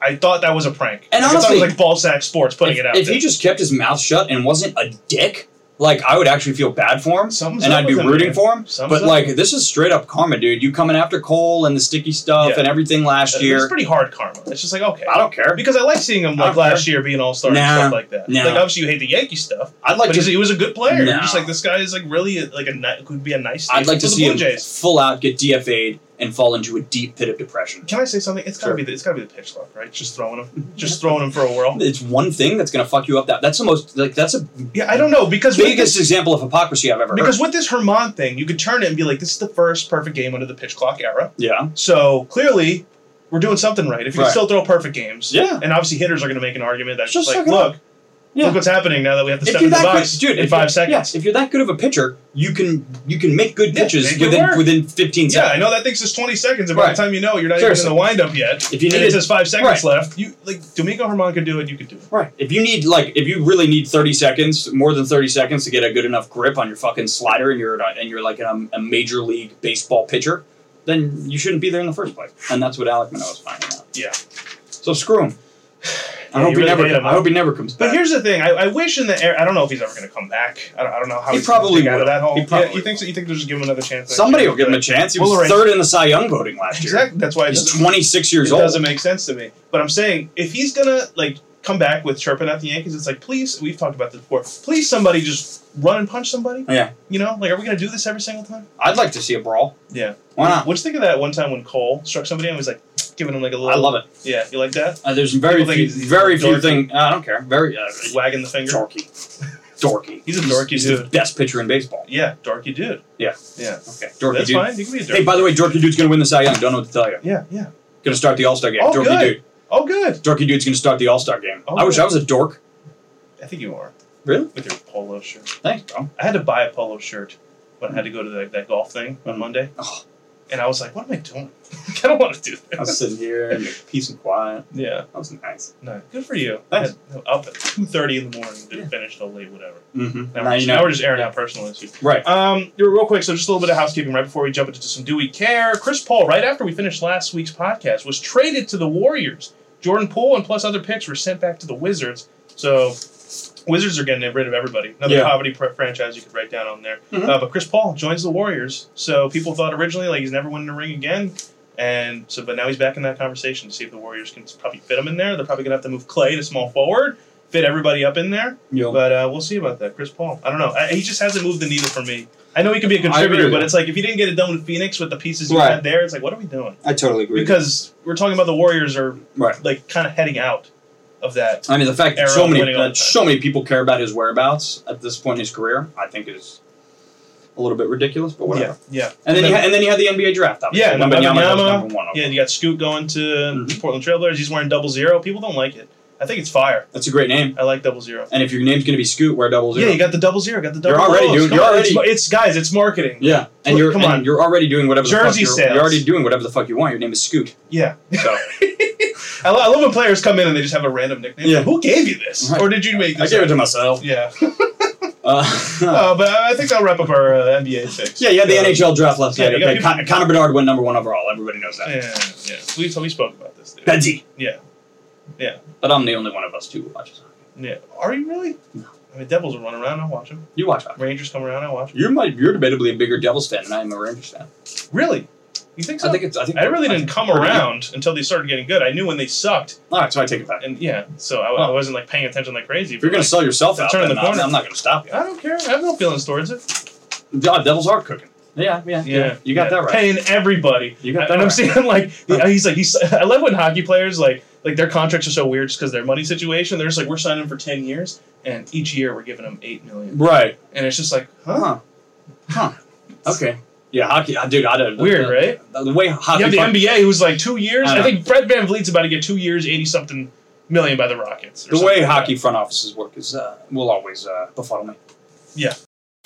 [SPEAKER 3] I thought that was a prank.
[SPEAKER 2] And
[SPEAKER 3] Like, I thought
[SPEAKER 2] honestly-
[SPEAKER 3] it was like ball sack sports putting
[SPEAKER 2] if,
[SPEAKER 3] it out.
[SPEAKER 2] If
[SPEAKER 3] there.
[SPEAKER 2] he just kept his mouth shut and wasn't a dick, like I would actually feel bad for him,
[SPEAKER 3] Something's
[SPEAKER 2] and
[SPEAKER 3] up
[SPEAKER 2] I'd be
[SPEAKER 3] with him,
[SPEAKER 2] rooting
[SPEAKER 3] man.
[SPEAKER 2] for him.
[SPEAKER 3] Something's
[SPEAKER 2] But
[SPEAKER 3] up.
[SPEAKER 2] like, this is straight up karma, dude. You coming after Cole and the sticky stuff
[SPEAKER 3] Yeah.
[SPEAKER 2] and everything last
[SPEAKER 3] It's
[SPEAKER 2] year.
[SPEAKER 3] pretty hard karma. It's just like okay,
[SPEAKER 2] I don't care.
[SPEAKER 3] because I like seeing him
[SPEAKER 2] I
[SPEAKER 3] like
[SPEAKER 2] don't
[SPEAKER 3] last year being all star and
[SPEAKER 2] Nah.
[SPEAKER 3] stuff like that.
[SPEAKER 2] Nah.
[SPEAKER 3] Like obviously you hate the Yankee stuff,
[SPEAKER 2] I'd
[SPEAKER 3] but
[SPEAKER 2] like
[SPEAKER 3] he's,
[SPEAKER 2] to.
[SPEAKER 3] he was a good player.
[SPEAKER 2] Nah.
[SPEAKER 3] You're just like this guy is like really like a ni- could be a nice.
[SPEAKER 2] I'd like
[SPEAKER 3] for
[SPEAKER 2] to
[SPEAKER 3] the
[SPEAKER 2] see
[SPEAKER 3] Blue
[SPEAKER 2] him
[SPEAKER 3] Jays.
[SPEAKER 2] full out get DFA'd and fall into a deep pit of depression.
[SPEAKER 3] Can I say something? It's gotta
[SPEAKER 2] Sure.
[SPEAKER 3] be the, it's gotta be the pitch lock, right? Just throwing him, just throwing him for a whirl.
[SPEAKER 2] It's one thing that's gonna fuck you up. That that's the most like that's a
[SPEAKER 3] Yeah, I don't know because with
[SPEAKER 2] biggest
[SPEAKER 3] this-
[SPEAKER 2] example of hypocrisy I've ever
[SPEAKER 3] because
[SPEAKER 2] heard.
[SPEAKER 3] with this Herman thing, you could turn it and be like, this is the first perfect game under the pitch clock era.
[SPEAKER 2] Yeah,
[SPEAKER 3] So clearly, we're doing something right. If you
[SPEAKER 2] Right.
[SPEAKER 3] can still throw perfect games,
[SPEAKER 2] Yeah.
[SPEAKER 3] and obviously hitters are going to make an argument that's
[SPEAKER 2] Just
[SPEAKER 3] just like,
[SPEAKER 2] suck it up.
[SPEAKER 3] look,
[SPEAKER 2] yeah.
[SPEAKER 3] look what's happening now that we have to
[SPEAKER 2] if
[SPEAKER 3] step
[SPEAKER 2] you're
[SPEAKER 3] in the
[SPEAKER 2] that
[SPEAKER 3] box,
[SPEAKER 2] good, dude,
[SPEAKER 3] in
[SPEAKER 2] if
[SPEAKER 3] five
[SPEAKER 2] you're-
[SPEAKER 3] seconds.
[SPEAKER 2] yes, if you're that good of a pitcher, you can you can make good
[SPEAKER 3] Yeah,
[SPEAKER 2] pitches
[SPEAKER 3] make it
[SPEAKER 2] within
[SPEAKER 3] work.
[SPEAKER 2] within 15
[SPEAKER 3] Yeah, I
[SPEAKER 2] seconds.
[SPEAKER 3] know that thinks it's 20 seconds, and by
[SPEAKER 2] Right.
[SPEAKER 3] the time you know, you're not
[SPEAKER 2] Seriously.
[SPEAKER 3] even in the windup yet.
[SPEAKER 2] If you
[SPEAKER 3] And
[SPEAKER 2] needed-
[SPEAKER 3] it says five seconds
[SPEAKER 2] Right.
[SPEAKER 3] left, you like Domingo Herman could do it. You could do it.
[SPEAKER 2] Right. If you need like if you really need 30 seconds, more than 30 seconds to get a good enough grip on your fucking slider, and you're and you're like um, a, a major league baseball pitcher, then you shouldn't be there in the first place. And that's what Alec Manoa is finding out.
[SPEAKER 3] Yeah.
[SPEAKER 2] So screw him. I
[SPEAKER 3] Yeah,
[SPEAKER 2] hope
[SPEAKER 3] you really
[SPEAKER 2] he
[SPEAKER 3] hate
[SPEAKER 2] never.
[SPEAKER 3] him,
[SPEAKER 2] I
[SPEAKER 3] huh?
[SPEAKER 2] hope he never comes
[SPEAKER 3] But
[SPEAKER 2] back.
[SPEAKER 3] here's the thing: I, I wish in the air. I don't know if he's ever going to come back. I don't, I don't know how
[SPEAKER 2] He
[SPEAKER 3] he's gonna
[SPEAKER 2] probably
[SPEAKER 3] dig out
[SPEAKER 2] will.
[SPEAKER 3] of that hole.
[SPEAKER 2] He
[SPEAKER 3] Yeah,
[SPEAKER 2] probably
[SPEAKER 3] you think so? You think they'll just give him another chance? next
[SPEAKER 2] Somebody
[SPEAKER 3] year?
[SPEAKER 2] will give him a chance. He
[SPEAKER 3] We'll
[SPEAKER 2] was
[SPEAKER 3] arrange-
[SPEAKER 2] third in the Cy Young voting last year.
[SPEAKER 3] Exactly. That's why it
[SPEAKER 2] He's
[SPEAKER 3] doesn't-
[SPEAKER 2] 26 years
[SPEAKER 3] it
[SPEAKER 2] old.
[SPEAKER 3] doesn't make sense to me. But I'm saying if he's gonna like come back with chirping at the Yankees, it's like please. We've talked about this before. Please, somebody just run and punch somebody.
[SPEAKER 2] Yeah.
[SPEAKER 3] You know, like are we gonna do this every single time?
[SPEAKER 2] I'd like to see a brawl.
[SPEAKER 3] Yeah.
[SPEAKER 2] Why not?
[SPEAKER 3] What'd you think of that one time when Cole struck somebody and was like giving him like a little?
[SPEAKER 2] I love it.
[SPEAKER 3] Yeah, you like that?
[SPEAKER 2] Uh, there's very
[SPEAKER 3] People think
[SPEAKER 2] few,
[SPEAKER 3] he's- he's
[SPEAKER 2] very few
[SPEAKER 3] dorky.
[SPEAKER 2] things. I don't care. Very uh,
[SPEAKER 3] Wagging the finger.
[SPEAKER 2] dorky, dorky.
[SPEAKER 3] He's a dorky
[SPEAKER 2] He's the
[SPEAKER 3] dude.
[SPEAKER 2] best pitcher in baseball.
[SPEAKER 3] Yeah, dorky dude.
[SPEAKER 2] Yeah.
[SPEAKER 3] Yeah.
[SPEAKER 2] Okay, dorky
[SPEAKER 3] That's
[SPEAKER 2] dude.
[SPEAKER 3] fine. You can be a dorky.
[SPEAKER 2] Hey, by the way, dorky dude's gonna win the Cy Young. Don't know what to tell you.
[SPEAKER 3] yeah, yeah.
[SPEAKER 2] Gonna start the All Star game.
[SPEAKER 3] Oh,
[SPEAKER 2] dorky
[SPEAKER 3] good.
[SPEAKER 2] dude.
[SPEAKER 3] Oh, good.
[SPEAKER 2] Dorky dude's gonna start the All Star game.
[SPEAKER 3] Oh,
[SPEAKER 2] I wish
[SPEAKER 3] good.
[SPEAKER 2] I was a dork.
[SPEAKER 3] I think you are
[SPEAKER 2] Really?
[SPEAKER 3] with your polo shirt.
[SPEAKER 2] Thanks, bro.
[SPEAKER 3] I had to buy a polo shirt when I had to go to the, that golf thing on Monday,
[SPEAKER 2] Oh.
[SPEAKER 3] and I was like, "What am I doing? I don't want to do
[SPEAKER 2] I was
[SPEAKER 3] this."
[SPEAKER 2] sitting here in peace and quiet.
[SPEAKER 3] Yeah.
[SPEAKER 2] That was nice.
[SPEAKER 3] No. Good for you.
[SPEAKER 2] Thanks.
[SPEAKER 3] I had- up at two thirty in the morning to
[SPEAKER 2] Yeah.
[SPEAKER 3] finish till late, whatever.
[SPEAKER 2] Mm-hmm.
[SPEAKER 3] Now,
[SPEAKER 2] Now
[SPEAKER 3] we're,
[SPEAKER 2] you
[SPEAKER 3] just, now
[SPEAKER 2] know.
[SPEAKER 3] we're just airing out personal issues.
[SPEAKER 2] Right.
[SPEAKER 3] Um, yeah, real quick, so just a little bit of housekeeping right before we jump into some Do We Care. Chris Paul, right after we finished last week's podcast, was traded to the Warriors. Jordan Poole and plus other picks were sent back to the Wizards. So Wizards are getting rid of everybody. Another
[SPEAKER 2] Yeah.
[SPEAKER 3] poverty pr- franchise you could write down on there.
[SPEAKER 2] Mhm.
[SPEAKER 3] Uh, but Chris Paul joins the Warriors. So people thought originally like he's never winning a ring again. And so, but now he's back in that conversation to see if the Warriors can probably fit him in there. They're probably gonna have to move Clay to small forward, fit everybody up in there.
[SPEAKER 2] Yo.
[SPEAKER 3] But uh, we'll see about that. Chris Paul. I don't know. I, he just hasn't moved the needle for me. I know he can be a
[SPEAKER 2] agree
[SPEAKER 3] contributor,
[SPEAKER 2] with
[SPEAKER 3] but
[SPEAKER 2] you.
[SPEAKER 3] it's like if he didn't get it done with Phoenix with the pieces he
[SPEAKER 2] Right.
[SPEAKER 3] had there, it's like what are we doing?
[SPEAKER 2] I totally agree.
[SPEAKER 3] Because we're talking about the Warriors are
[SPEAKER 2] right.
[SPEAKER 3] like kind of heading out of that.
[SPEAKER 2] I mean, the fact that
[SPEAKER 3] Arrow
[SPEAKER 2] so many
[SPEAKER 3] winning all the
[SPEAKER 2] that
[SPEAKER 3] time.
[SPEAKER 2] so many people care about his whereabouts at this point in his career, I think is a little bit ridiculous, but whatever.
[SPEAKER 3] Yeah, yeah,
[SPEAKER 2] And then you ha- and then you had the NBA draft. Obviously.
[SPEAKER 3] Yeah, and then
[SPEAKER 2] Wembanyama
[SPEAKER 3] Wembanyama,
[SPEAKER 2] was number one.
[SPEAKER 3] yeah.
[SPEAKER 2] overall.
[SPEAKER 3] You got Scoot going to
[SPEAKER 2] Mhm.
[SPEAKER 3] Portland Trailblazers. He's wearing double zero. People don't like it. I think it's fire.
[SPEAKER 2] That's a great name.
[SPEAKER 3] I like double zero.
[SPEAKER 2] And if your name's going to be Scoot, wear double zero.
[SPEAKER 3] Yeah, you got the double zero. Got the double.
[SPEAKER 2] You're already
[SPEAKER 3] O's.
[SPEAKER 2] doing-
[SPEAKER 3] Come
[SPEAKER 2] you're
[SPEAKER 3] on,
[SPEAKER 2] already-
[SPEAKER 3] It's, it's guys. It's marketing.
[SPEAKER 2] Yeah, and you're
[SPEAKER 3] Come
[SPEAKER 2] and
[SPEAKER 3] on.
[SPEAKER 2] you're already doing whatever
[SPEAKER 3] Jersey
[SPEAKER 2] the fuck you're,
[SPEAKER 3] sales.
[SPEAKER 2] you're already doing whatever the fuck you want. Your name is Scoot.
[SPEAKER 3] Yeah.
[SPEAKER 2] So
[SPEAKER 3] I, lo- I love when players come in and they just have a random nickname.
[SPEAKER 2] Yeah.
[SPEAKER 3] Who gave you this?
[SPEAKER 2] Right.
[SPEAKER 3] Or did you make
[SPEAKER 2] I
[SPEAKER 3] this?
[SPEAKER 2] gave it
[SPEAKER 3] up?
[SPEAKER 2] to myself.
[SPEAKER 3] Yeah.
[SPEAKER 2] Uh,
[SPEAKER 3] Uh, but I I think that'll wrap up our uh, NBA fix.
[SPEAKER 2] yeah, you had the
[SPEAKER 3] Uh,
[SPEAKER 2] NHL draft last
[SPEAKER 3] yeah,
[SPEAKER 2] night.
[SPEAKER 3] you got
[SPEAKER 2] Okay,
[SPEAKER 3] people-
[SPEAKER 2] Con- Connor Bedard went number one overall. Everybody knows that.
[SPEAKER 3] Yeah, yeah. We, so we spoke about this. Dude.
[SPEAKER 2] Benzie.
[SPEAKER 3] Yeah. Yeah.
[SPEAKER 2] But I'm the only one of us two who watches. hockey.
[SPEAKER 3] Yeah. Are you really?
[SPEAKER 2] No.
[SPEAKER 3] I mean, Devils will run around. I'll watch them.
[SPEAKER 2] You watch hockey.
[SPEAKER 3] Rangers come around. I'll watch them.
[SPEAKER 2] You're my, you're debatably a bigger Devils fan than I am a Rangers fan.
[SPEAKER 3] Really? You think so?
[SPEAKER 2] I think it's I think
[SPEAKER 3] I really didn't come
[SPEAKER 2] pretty-
[SPEAKER 3] around until they started getting good. I knew when they sucked,
[SPEAKER 2] All right, so I take it back.
[SPEAKER 3] and yeah, so I, I
[SPEAKER 2] Oh.
[SPEAKER 3] wasn't like paying attention like crazy.
[SPEAKER 2] If you're gonna sell yourself
[SPEAKER 3] Then
[SPEAKER 2] out,
[SPEAKER 3] turn
[SPEAKER 2] then
[SPEAKER 3] the
[SPEAKER 2] I'm,
[SPEAKER 3] corner.
[SPEAKER 2] I'm not gonna stop you.
[SPEAKER 3] I don't care. I have no feelings towards it.
[SPEAKER 2] The oh, Devils are cooking. Yeah, yeah, You got that right.
[SPEAKER 3] Paying everybody.
[SPEAKER 2] You got that
[SPEAKER 3] and I'm
[SPEAKER 2] right.
[SPEAKER 3] seeing like the- he's like he's. I love when hockey players like like their contracts are so weird just because their money situation. They're just like we're signing for ten years, and each year we're giving them eight million,
[SPEAKER 2] Right.
[SPEAKER 3] and it's just like huh.
[SPEAKER 2] Huh. Huh. Okay. Yeah, hockey. I- Dude, I don't.
[SPEAKER 3] Weird,
[SPEAKER 2] the,
[SPEAKER 3] right?
[SPEAKER 2] The, the way hockey.
[SPEAKER 3] You have the
[SPEAKER 2] fuck-
[SPEAKER 3] NBA who's like two years.
[SPEAKER 2] I
[SPEAKER 3] I,
[SPEAKER 2] know.
[SPEAKER 3] think Brett Van Vliet's about to get two years, eighty something million by the Rockets. or
[SPEAKER 2] the
[SPEAKER 3] something
[SPEAKER 2] way
[SPEAKER 3] like that.
[SPEAKER 2] hockey front offices work is uh, will always uh, befuddle me.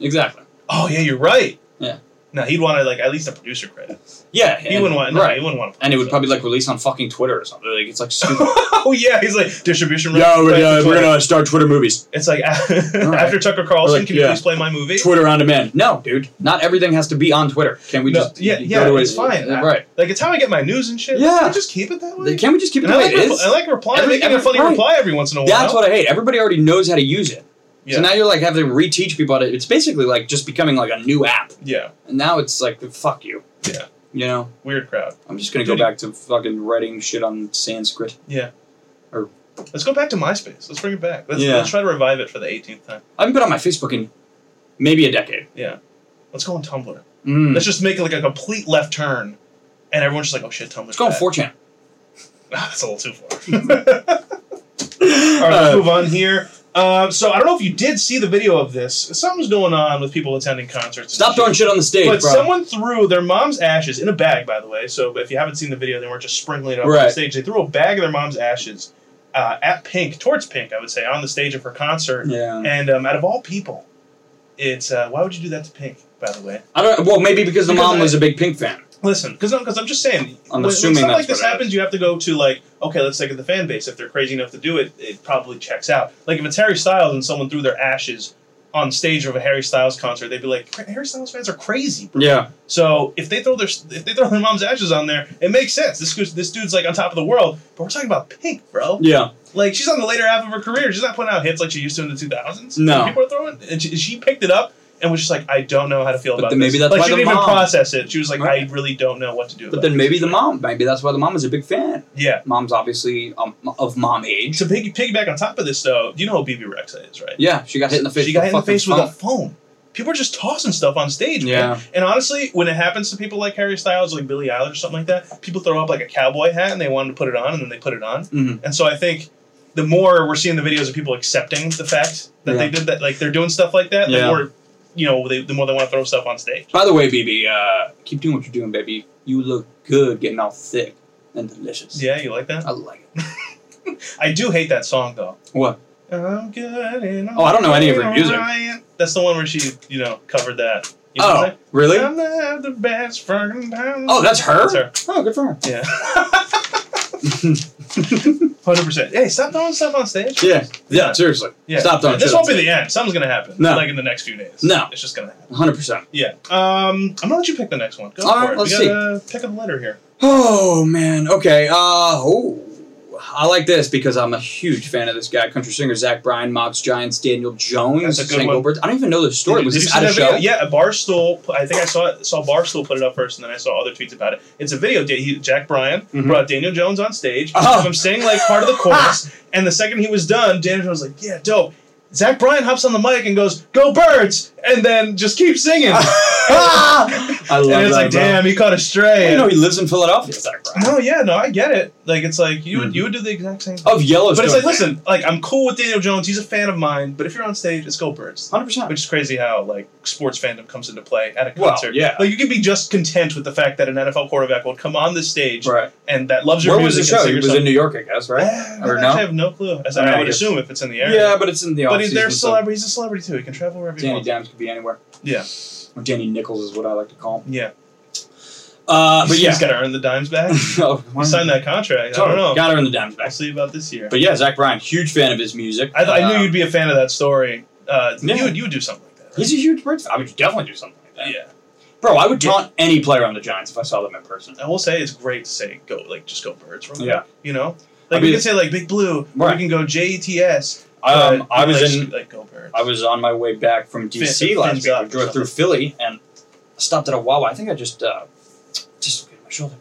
[SPEAKER 2] Exactly.
[SPEAKER 3] Oh yeah, you're right.
[SPEAKER 2] Yeah.
[SPEAKER 3] No, he'd want to like at least a producer credit.
[SPEAKER 2] Yeah,
[SPEAKER 3] He
[SPEAKER 2] and-
[SPEAKER 3] wouldn't want. No,
[SPEAKER 2] right.
[SPEAKER 3] He wouldn't want. To
[SPEAKER 2] and it would probably like release on fucking Twitter or something. Like it's like stupid.
[SPEAKER 3] oh yeah, he's like distribution. rights
[SPEAKER 2] Yo,
[SPEAKER 3] back
[SPEAKER 2] yeah,
[SPEAKER 3] to
[SPEAKER 2] we're
[SPEAKER 3] Twitter.
[SPEAKER 2] gonna start Twitter movies.
[SPEAKER 3] It's like
[SPEAKER 2] All
[SPEAKER 3] after
[SPEAKER 2] right.
[SPEAKER 3] Tucker Carlson,
[SPEAKER 2] We're like,
[SPEAKER 3] can you
[SPEAKER 2] yeah.
[SPEAKER 3] please play my movie?
[SPEAKER 2] Twitter on demand. No, dude, not everything has to be on Twitter. Can we
[SPEAKER 3] No,
[SPEAKER 2] just
[SPEAKER 3] yeah,
[SPEAKER 2] go
[SPEAKER 3] yeah,
[SPEAKER 2] to
[SPEAKER 3] it's
[SPEAKER 2] a-
[SPEAKER 3] fine.
[SPEAKER 2] uh, right?
[SPEAKER 3] Like it's how I get my news and shit.
[SPEAKER 2] Yeah.
[SPEAKER 3] Can we just keep it that way.
[SPEAKER 2] Can we just keep it
[SPEAKER 3] And
[SPEAKER 2] the
[SPEAKER 3] I
[SPEAKER 2] way
[SPEAKER 3] like,
[SPEAKER 2] it
[SPEAKER 3] repl-
[SPEAKER 2] is?
[SPEAKER 3] I like replying,
[SPEAKER 2] Every-
[SPEAKER 3] making a
[SPEAKER 2] every-
[SPEAKER 3] funny
[SPEAKER 2] right.
[SPEAKER 3] reply every once in a while.
[SPEAKER 2] That's what I hate. Everybody already knows how to use it.
[SPEAKER 3] Yeah.
[SPEAKER 2] So now you're like having to reteach people how to. It's basically like just becoming like a new app.
[SPEAKER 3] yeah,
[SPEAKER 2] And now it's like fuck you.
[SPEAKER 3] Yeah.
[SPEAKER 2] You know,
[SPEAKER 3] weird crowd.
[SPEAKER 2] I'm just gonna go
[SPEAKER 3] Did he-
[SPEAKER 2] back to fucking writing shit on Sanskrit.
[SPEAKER 3] Let's go back to MySpace. Let's bring it back. Let's,
[SPEAKER 2] Yeah.
[SPEAKER 3] let's try to revive it for the 18th time.
[SPEAKER 2] I haven't been on my Facebook in maybe a decade.
[SPEAKER 3] Let's go on Tumblr.
[SPEAKER 2] Mm.
[SPEAKER 3] Let's just make like a complete left turn, and everyone's just like, "Oh shit,
[SPEAKER 2] Let's
[SPEAKER 3] Tumblr's
[SPEAKER 2] go on
[SPEAKER 3] back."
[SPEAKER 2] 4chan.
[SPEAKER 3] Ah, that's a little too far. All right, let's
[SPEAKER 2] Uh,
[SPEAKER 3] move on here. Um, so I don't know if you did see the video of this. Something's going on with people attending concerts. and
[SPEAKER 2] Stop
[SPEAKER 3] shit.
[SPEAKER 2] throwing shit on the stage,
[SPEAKER 3] But
[SPEAKER 2] bro.
[SPEAKER 3] someone threw their mom's ashes in a bag, by the way. So if you haven't seen the video, they weren't just sprinkling it up on the
[SPEAKER 2] Right.
[SPEAKER 3] stage. They threw a bag of their mom's ashes uh, at Pink, towards Pink, I would say, on the stage of her concert.
[SPEAKER 2] yeah.
[SPEAKER 3] And um, out of all people, it's uh, why would you do that to Pink? By the way,
[SPEAKER 2] I don't. Well, maybe because the
[SPEAKER 3] Because
[SPEAKER 2] mom
[SPEAKER 3] I-
[SPEAKER 2] was a big Pink fan.
[SPEAKER 3] listen, because because I'm just saying,
[SPEAKER 2] I'm
[SPEAKER 3] when, when
[SPEAKER 2] assuming
[SPEAKER 3] something
[SPEAKER 2] that's
[SPEAKER 3] like this
[SPEAKER 2] what it is.
[SPEAKER 3] happens, you have to go to like, okay, let's look at the fan base. If they're crazy enough to do it, it probably checks out. Like if it's Harry Styles and someone threw their ashes on stage of a Harry Styles concert, they'd be like, Harry Styles fans are crazy, bro.
[SPEAKER 2] Yeah.
[SPEAKER 3] So if they throw their if they throw their mom's ashes on there, it makes sense. This goes- this dude's like on top of the world, but we're talking about Pink, bro.
[SPEAKER 2] Yeah.
[SPEAKER 3] Like she's on the later half of her career. She's not putting out hits like she used to in the two thousands.
[SPEAKER 2] No.
[SPEAKER 3] people are throwing, and she, she picked it up and was just like, I don't know how to feel
[SPEAKER 2] But
[SPEAKER 3] about
[SPEAKER 2] then
[SPEAKER 3] this.
[SPEAKER 2] maybe that's
[SPEAKER 3] like
[SPEAKER 2] why
[SPEAKER 3] she
[SPEAKER 2] the
[SPEAKER 3] didn't even
[SPEAKER 2] mom-
[SPEAKER 3] process it. She was like,
[SPEAKER 2] Right.
[SPEAKER 3] I really don't know what to do.
[SPEAKER 2] But
[SPEAKER 3] about
[SPEAKER 2] then
[SPEAKER 3] this
[SPEAKER 2] maybe the
[SPEAKER 3] situation."
[SPEAKER 2] mom. Maybe that's why the mom is a big fan.
[SPEAKER 3] Yeah.
[SPEAKER 2] Mom's obviously um, of mom age.
[SPEAKER 3] To pig, piggyback on top of this though, you know who BB Rexa is, right?
[SPEAKER 2] Yeah, she got hit in the face.
[SPEAKER 3] She
[SPEAKER 2] with
[SPEAKER 3] got hit in the
[SPEAKER 2] fucking
[SPEAKER 3] face with
[SPEAKER 2] phone.
[SPEAKER 3] a phone. People are just tossing stuff on stage, man.
[SPEAKER 2] Yeah.
[SPEAKER 3] And honestly, when it happens to people like Harry Styles, like Billy Eilish, or something like that, people throw up like a cowboy hat and they wanted to put it on, and then they put it on.
[SPEAKER 2] Mhm.
[SPEAKER 3] And so I think the more we're seeing the videos of people accepting the fact that they
[SPEAKER 2] Yeah.
[SPEAKER 3] did that, like they're doing stuff like that, the
[SPEAKER 2] Yeah.
[SPEAKER 3] more you know, they, the more they want to throw stuff on stage.
[SPEAKER 2] By the way, BB, uh, keep doing what you're doing, baby. You look good, getting all thick and delicious.
[SPEAKER 3] Yeah, you like that?
[SPEAKER 2] I like it.
[SPEAKER 3] I do hate that song though.
[SPEAKER 2] What?
[SPEAKER 3] I'm good and
[SPEAKER 2] Oh, I don't know any of her music.
[SPEAKER 3] alright. That's the one where she, you know, covered that. You know what I'm
[SPEAKER 2] Oh,
[SPEAKER 3] saying?
[SPEAKER 2] really?
[SPEAKER 3] I'm not the best friend. in town.
[SPEAKER 2] Oh, that's her?
[SPEAKER 3] That's her.
[SPEAKER 2] Oh, good for her.
[SPEAKER 3] Yeah. Hundred percent. Hey, stop throwing stuff on stage.
[SPEAKER 2] Yeah, yeah, seriously.
[SPEAKER 3] Yeah.
[SPEAKER 2] Stop throwing
[SPEAKER 3] This
[SPEAKER 2] shit
[SPEAKER 3] won't be
[SPEAKER 2] on
[SPEAKER 3] the end. Something's gonna happen.
[SPEAKER 2] No.
[SPEAKER 3] Like in the next few days.
[SPEAKER 2] No.
[SPEAKER 3] It's just gonna happen.
[SPEAKER 2] 100%.
[SPEAKER 3] Yeah. Um, I'm gonna let you pick the next one. Go
[SPEAKER 2] All
[SPEAKER 3] for
[SPEAKER 2] right,
[SPEAKER 3] it.
[SPEAKER 2] let's
[SPEAKER 3] we gotta pick a letter here.
[SPEAKER 2] Oh, man. Okay. Uh, oh. I like this because I'm a huge fan of this guy, country singer Zach Bryan, Mox Giants, Daniel Jones,
[SPEAKER 3] That's a good
[SPEAKER 2] Tank
[SPEAKER 3] one.
[SPEAKER 2] Roberts. I don't even know the story.
[SPEAKER 3] Did
[SPEAKER 2] Was
[SPEAKER 3] you
[SPEAKER 2] this
[SPEAKER 3] see
[SPEAKER 2] at a
[SPEAKER 3] that
[SPEAKER 2] show?
[SPEAKER 3] video? Yeah, Barstool. I think I saw it, saw Barstool put it up first, and then I saw other tweets about it. It's a video. Da- He, Jack Bryan
[SPEAKER 2] Mhm.
[SPEAKER 3] brought Daniel Jones on stage.
[SPEAKER 2] Oh.
[SPEAKER 3] I'm saying like part of the chorus, and the second he was done, Daniel Jones was like, "Yeah, dope." Zach Bryan hops on the mic and goes, "Go Birds," and then just keeps singing.
[SPEAKER 2] Ah! I love
[SPEAKER 3] and it's
[SPEAKER 2] that,
[SPEAKER 3] like,
[SPEAKER 2] bro.
[SPEAKER 3] damn, he caught a
[SPEAKER 2] I
[SPEAKER 3] stray.
[SPEAKER 2] didn't know he lives in Philadelphia. Zach Bryan.
[SPEAKER 3] no, yeah, no, I get it. Like, it's like you would
[SPEAKER 2] Mhm.
[SPEAKER 3] you would do the exact same. thing.
[SPEAKER 2] Of Yellowstone.
[SPEAKER 3] But it's like, listen, like I'm cool with Daniel Jones. He's a fan of mine. But if you're on stage, it's go Birds.
[SPEAKER 2] 100%.
[SPEAKER 3] Which is crazy how like sports fandom comes into play at a
[SPEAKER 2] Well,
[SPEAKER 3] concert.
[SPEAKER 2] yeah.
[SPEAKER 3] Like you could be just content with the fact that an NFL quarterback will come on the stage
[SPEAKER 2] right.
[SPEAKER 3] and that loves your
[SPEAKER 2] Where was the
[SPEAKER 3] music.
[SPEAKER 2] show? It
[SPEAKER 3] and
[SPEAKER 2] was
[SPEAKER 3] sing
[SPEAKER 2] in New York, I guess,
[SPEAKER 3] your
[SPEAKER 2] right?
[SPEAKER 3] song.
[SPEAKER 2] Or
[SPEAKER 3] I
[SPEAKER 2] no?
[SPEAKER 3] actually have no clue. As I,
[SPEAKER 2] Alright,
[SPEAKER 3] I would
[SPEAKER 2] I guess-
[SPEAKER 3] assume if it's in the area.
[SPEAKER 2] Yeah, but it's in the
[SPEAKER 3] But
[SPEAKER 2] off
[SPEAKER 3] he's they're
[SPEAKER 2] season, so
[SPEAKER 3] celebrity. He's a celebrity too. He can travel wherever he
[SPEAKER 2] Danny
[SPEAKER 3] wants.
[SPEAKER 2] Dimes could be anywhere.
[SPEAKER 3] Yeah,
[SPEAKER 2] Or Danny Nichols is what I like to call him.
[SPEAKER 3] yeah.
[SPEAKER 2] Uh, but yeah.
[SPEAKER 3] he's got to earn the dimes back.
[SPEAKER 2] oh,
[SPEAKER 3] He signed that contract. I don't know.
[SPEAKER 2] Got her in the dimes
[SPEAKER 3] I'll
[SPEAKER 2] back.
[SPEAKER 3] see about this year.
[SPEAKER 2] But yeah, Zach Bryan, huge fan of his music.
[SPEAKER 3] I, th- I
[SPEAKER 2] Uh,
[SPEAKER 3] knew you'd be a fan of that story. Uh,
[SPEAKER 2] Yeah.
[SPEAKER 3] You would you would do something like that.
[SPEAKER 2] He's a huge Birds. fan. I would definitely do something like that.
[SPEAKER 3] Right? Yeah.
[SPEAKER 2] Bro, I would taunt any player on the Giants if I saw them in person.
[SPEAKER 3] I will say it's great to say go like just go birds. Right?
[SPEAKER 2] Yeah.
[SPEAKER 3] You know,
[SPEAKER 2] I mean-
[SPEAKER 3] like we can say like big blue. or
[SPEAKER 2] Right.
[SPEAKER 3] We can go J E T S.
[SPEAKER 2] Um,
[SPEAKER 3] but
[SPEAKER 2] I
[SPEAKER 3] like,
[SPEAKER 2] was in.
[SPEAKER 3] like go birds.
[SPEAKER 2] I was on my way back from DC
[SPEAKER 3] Fin-
[SPEAKER 2] last
[SPEAKER 3] fins
[SPEAKER 2] week. I
[SPEAKER 3] up or
[SPEAKER 2] drove through Philly and stopped at a Wawa. I think I just uh, just looked at my shoulder.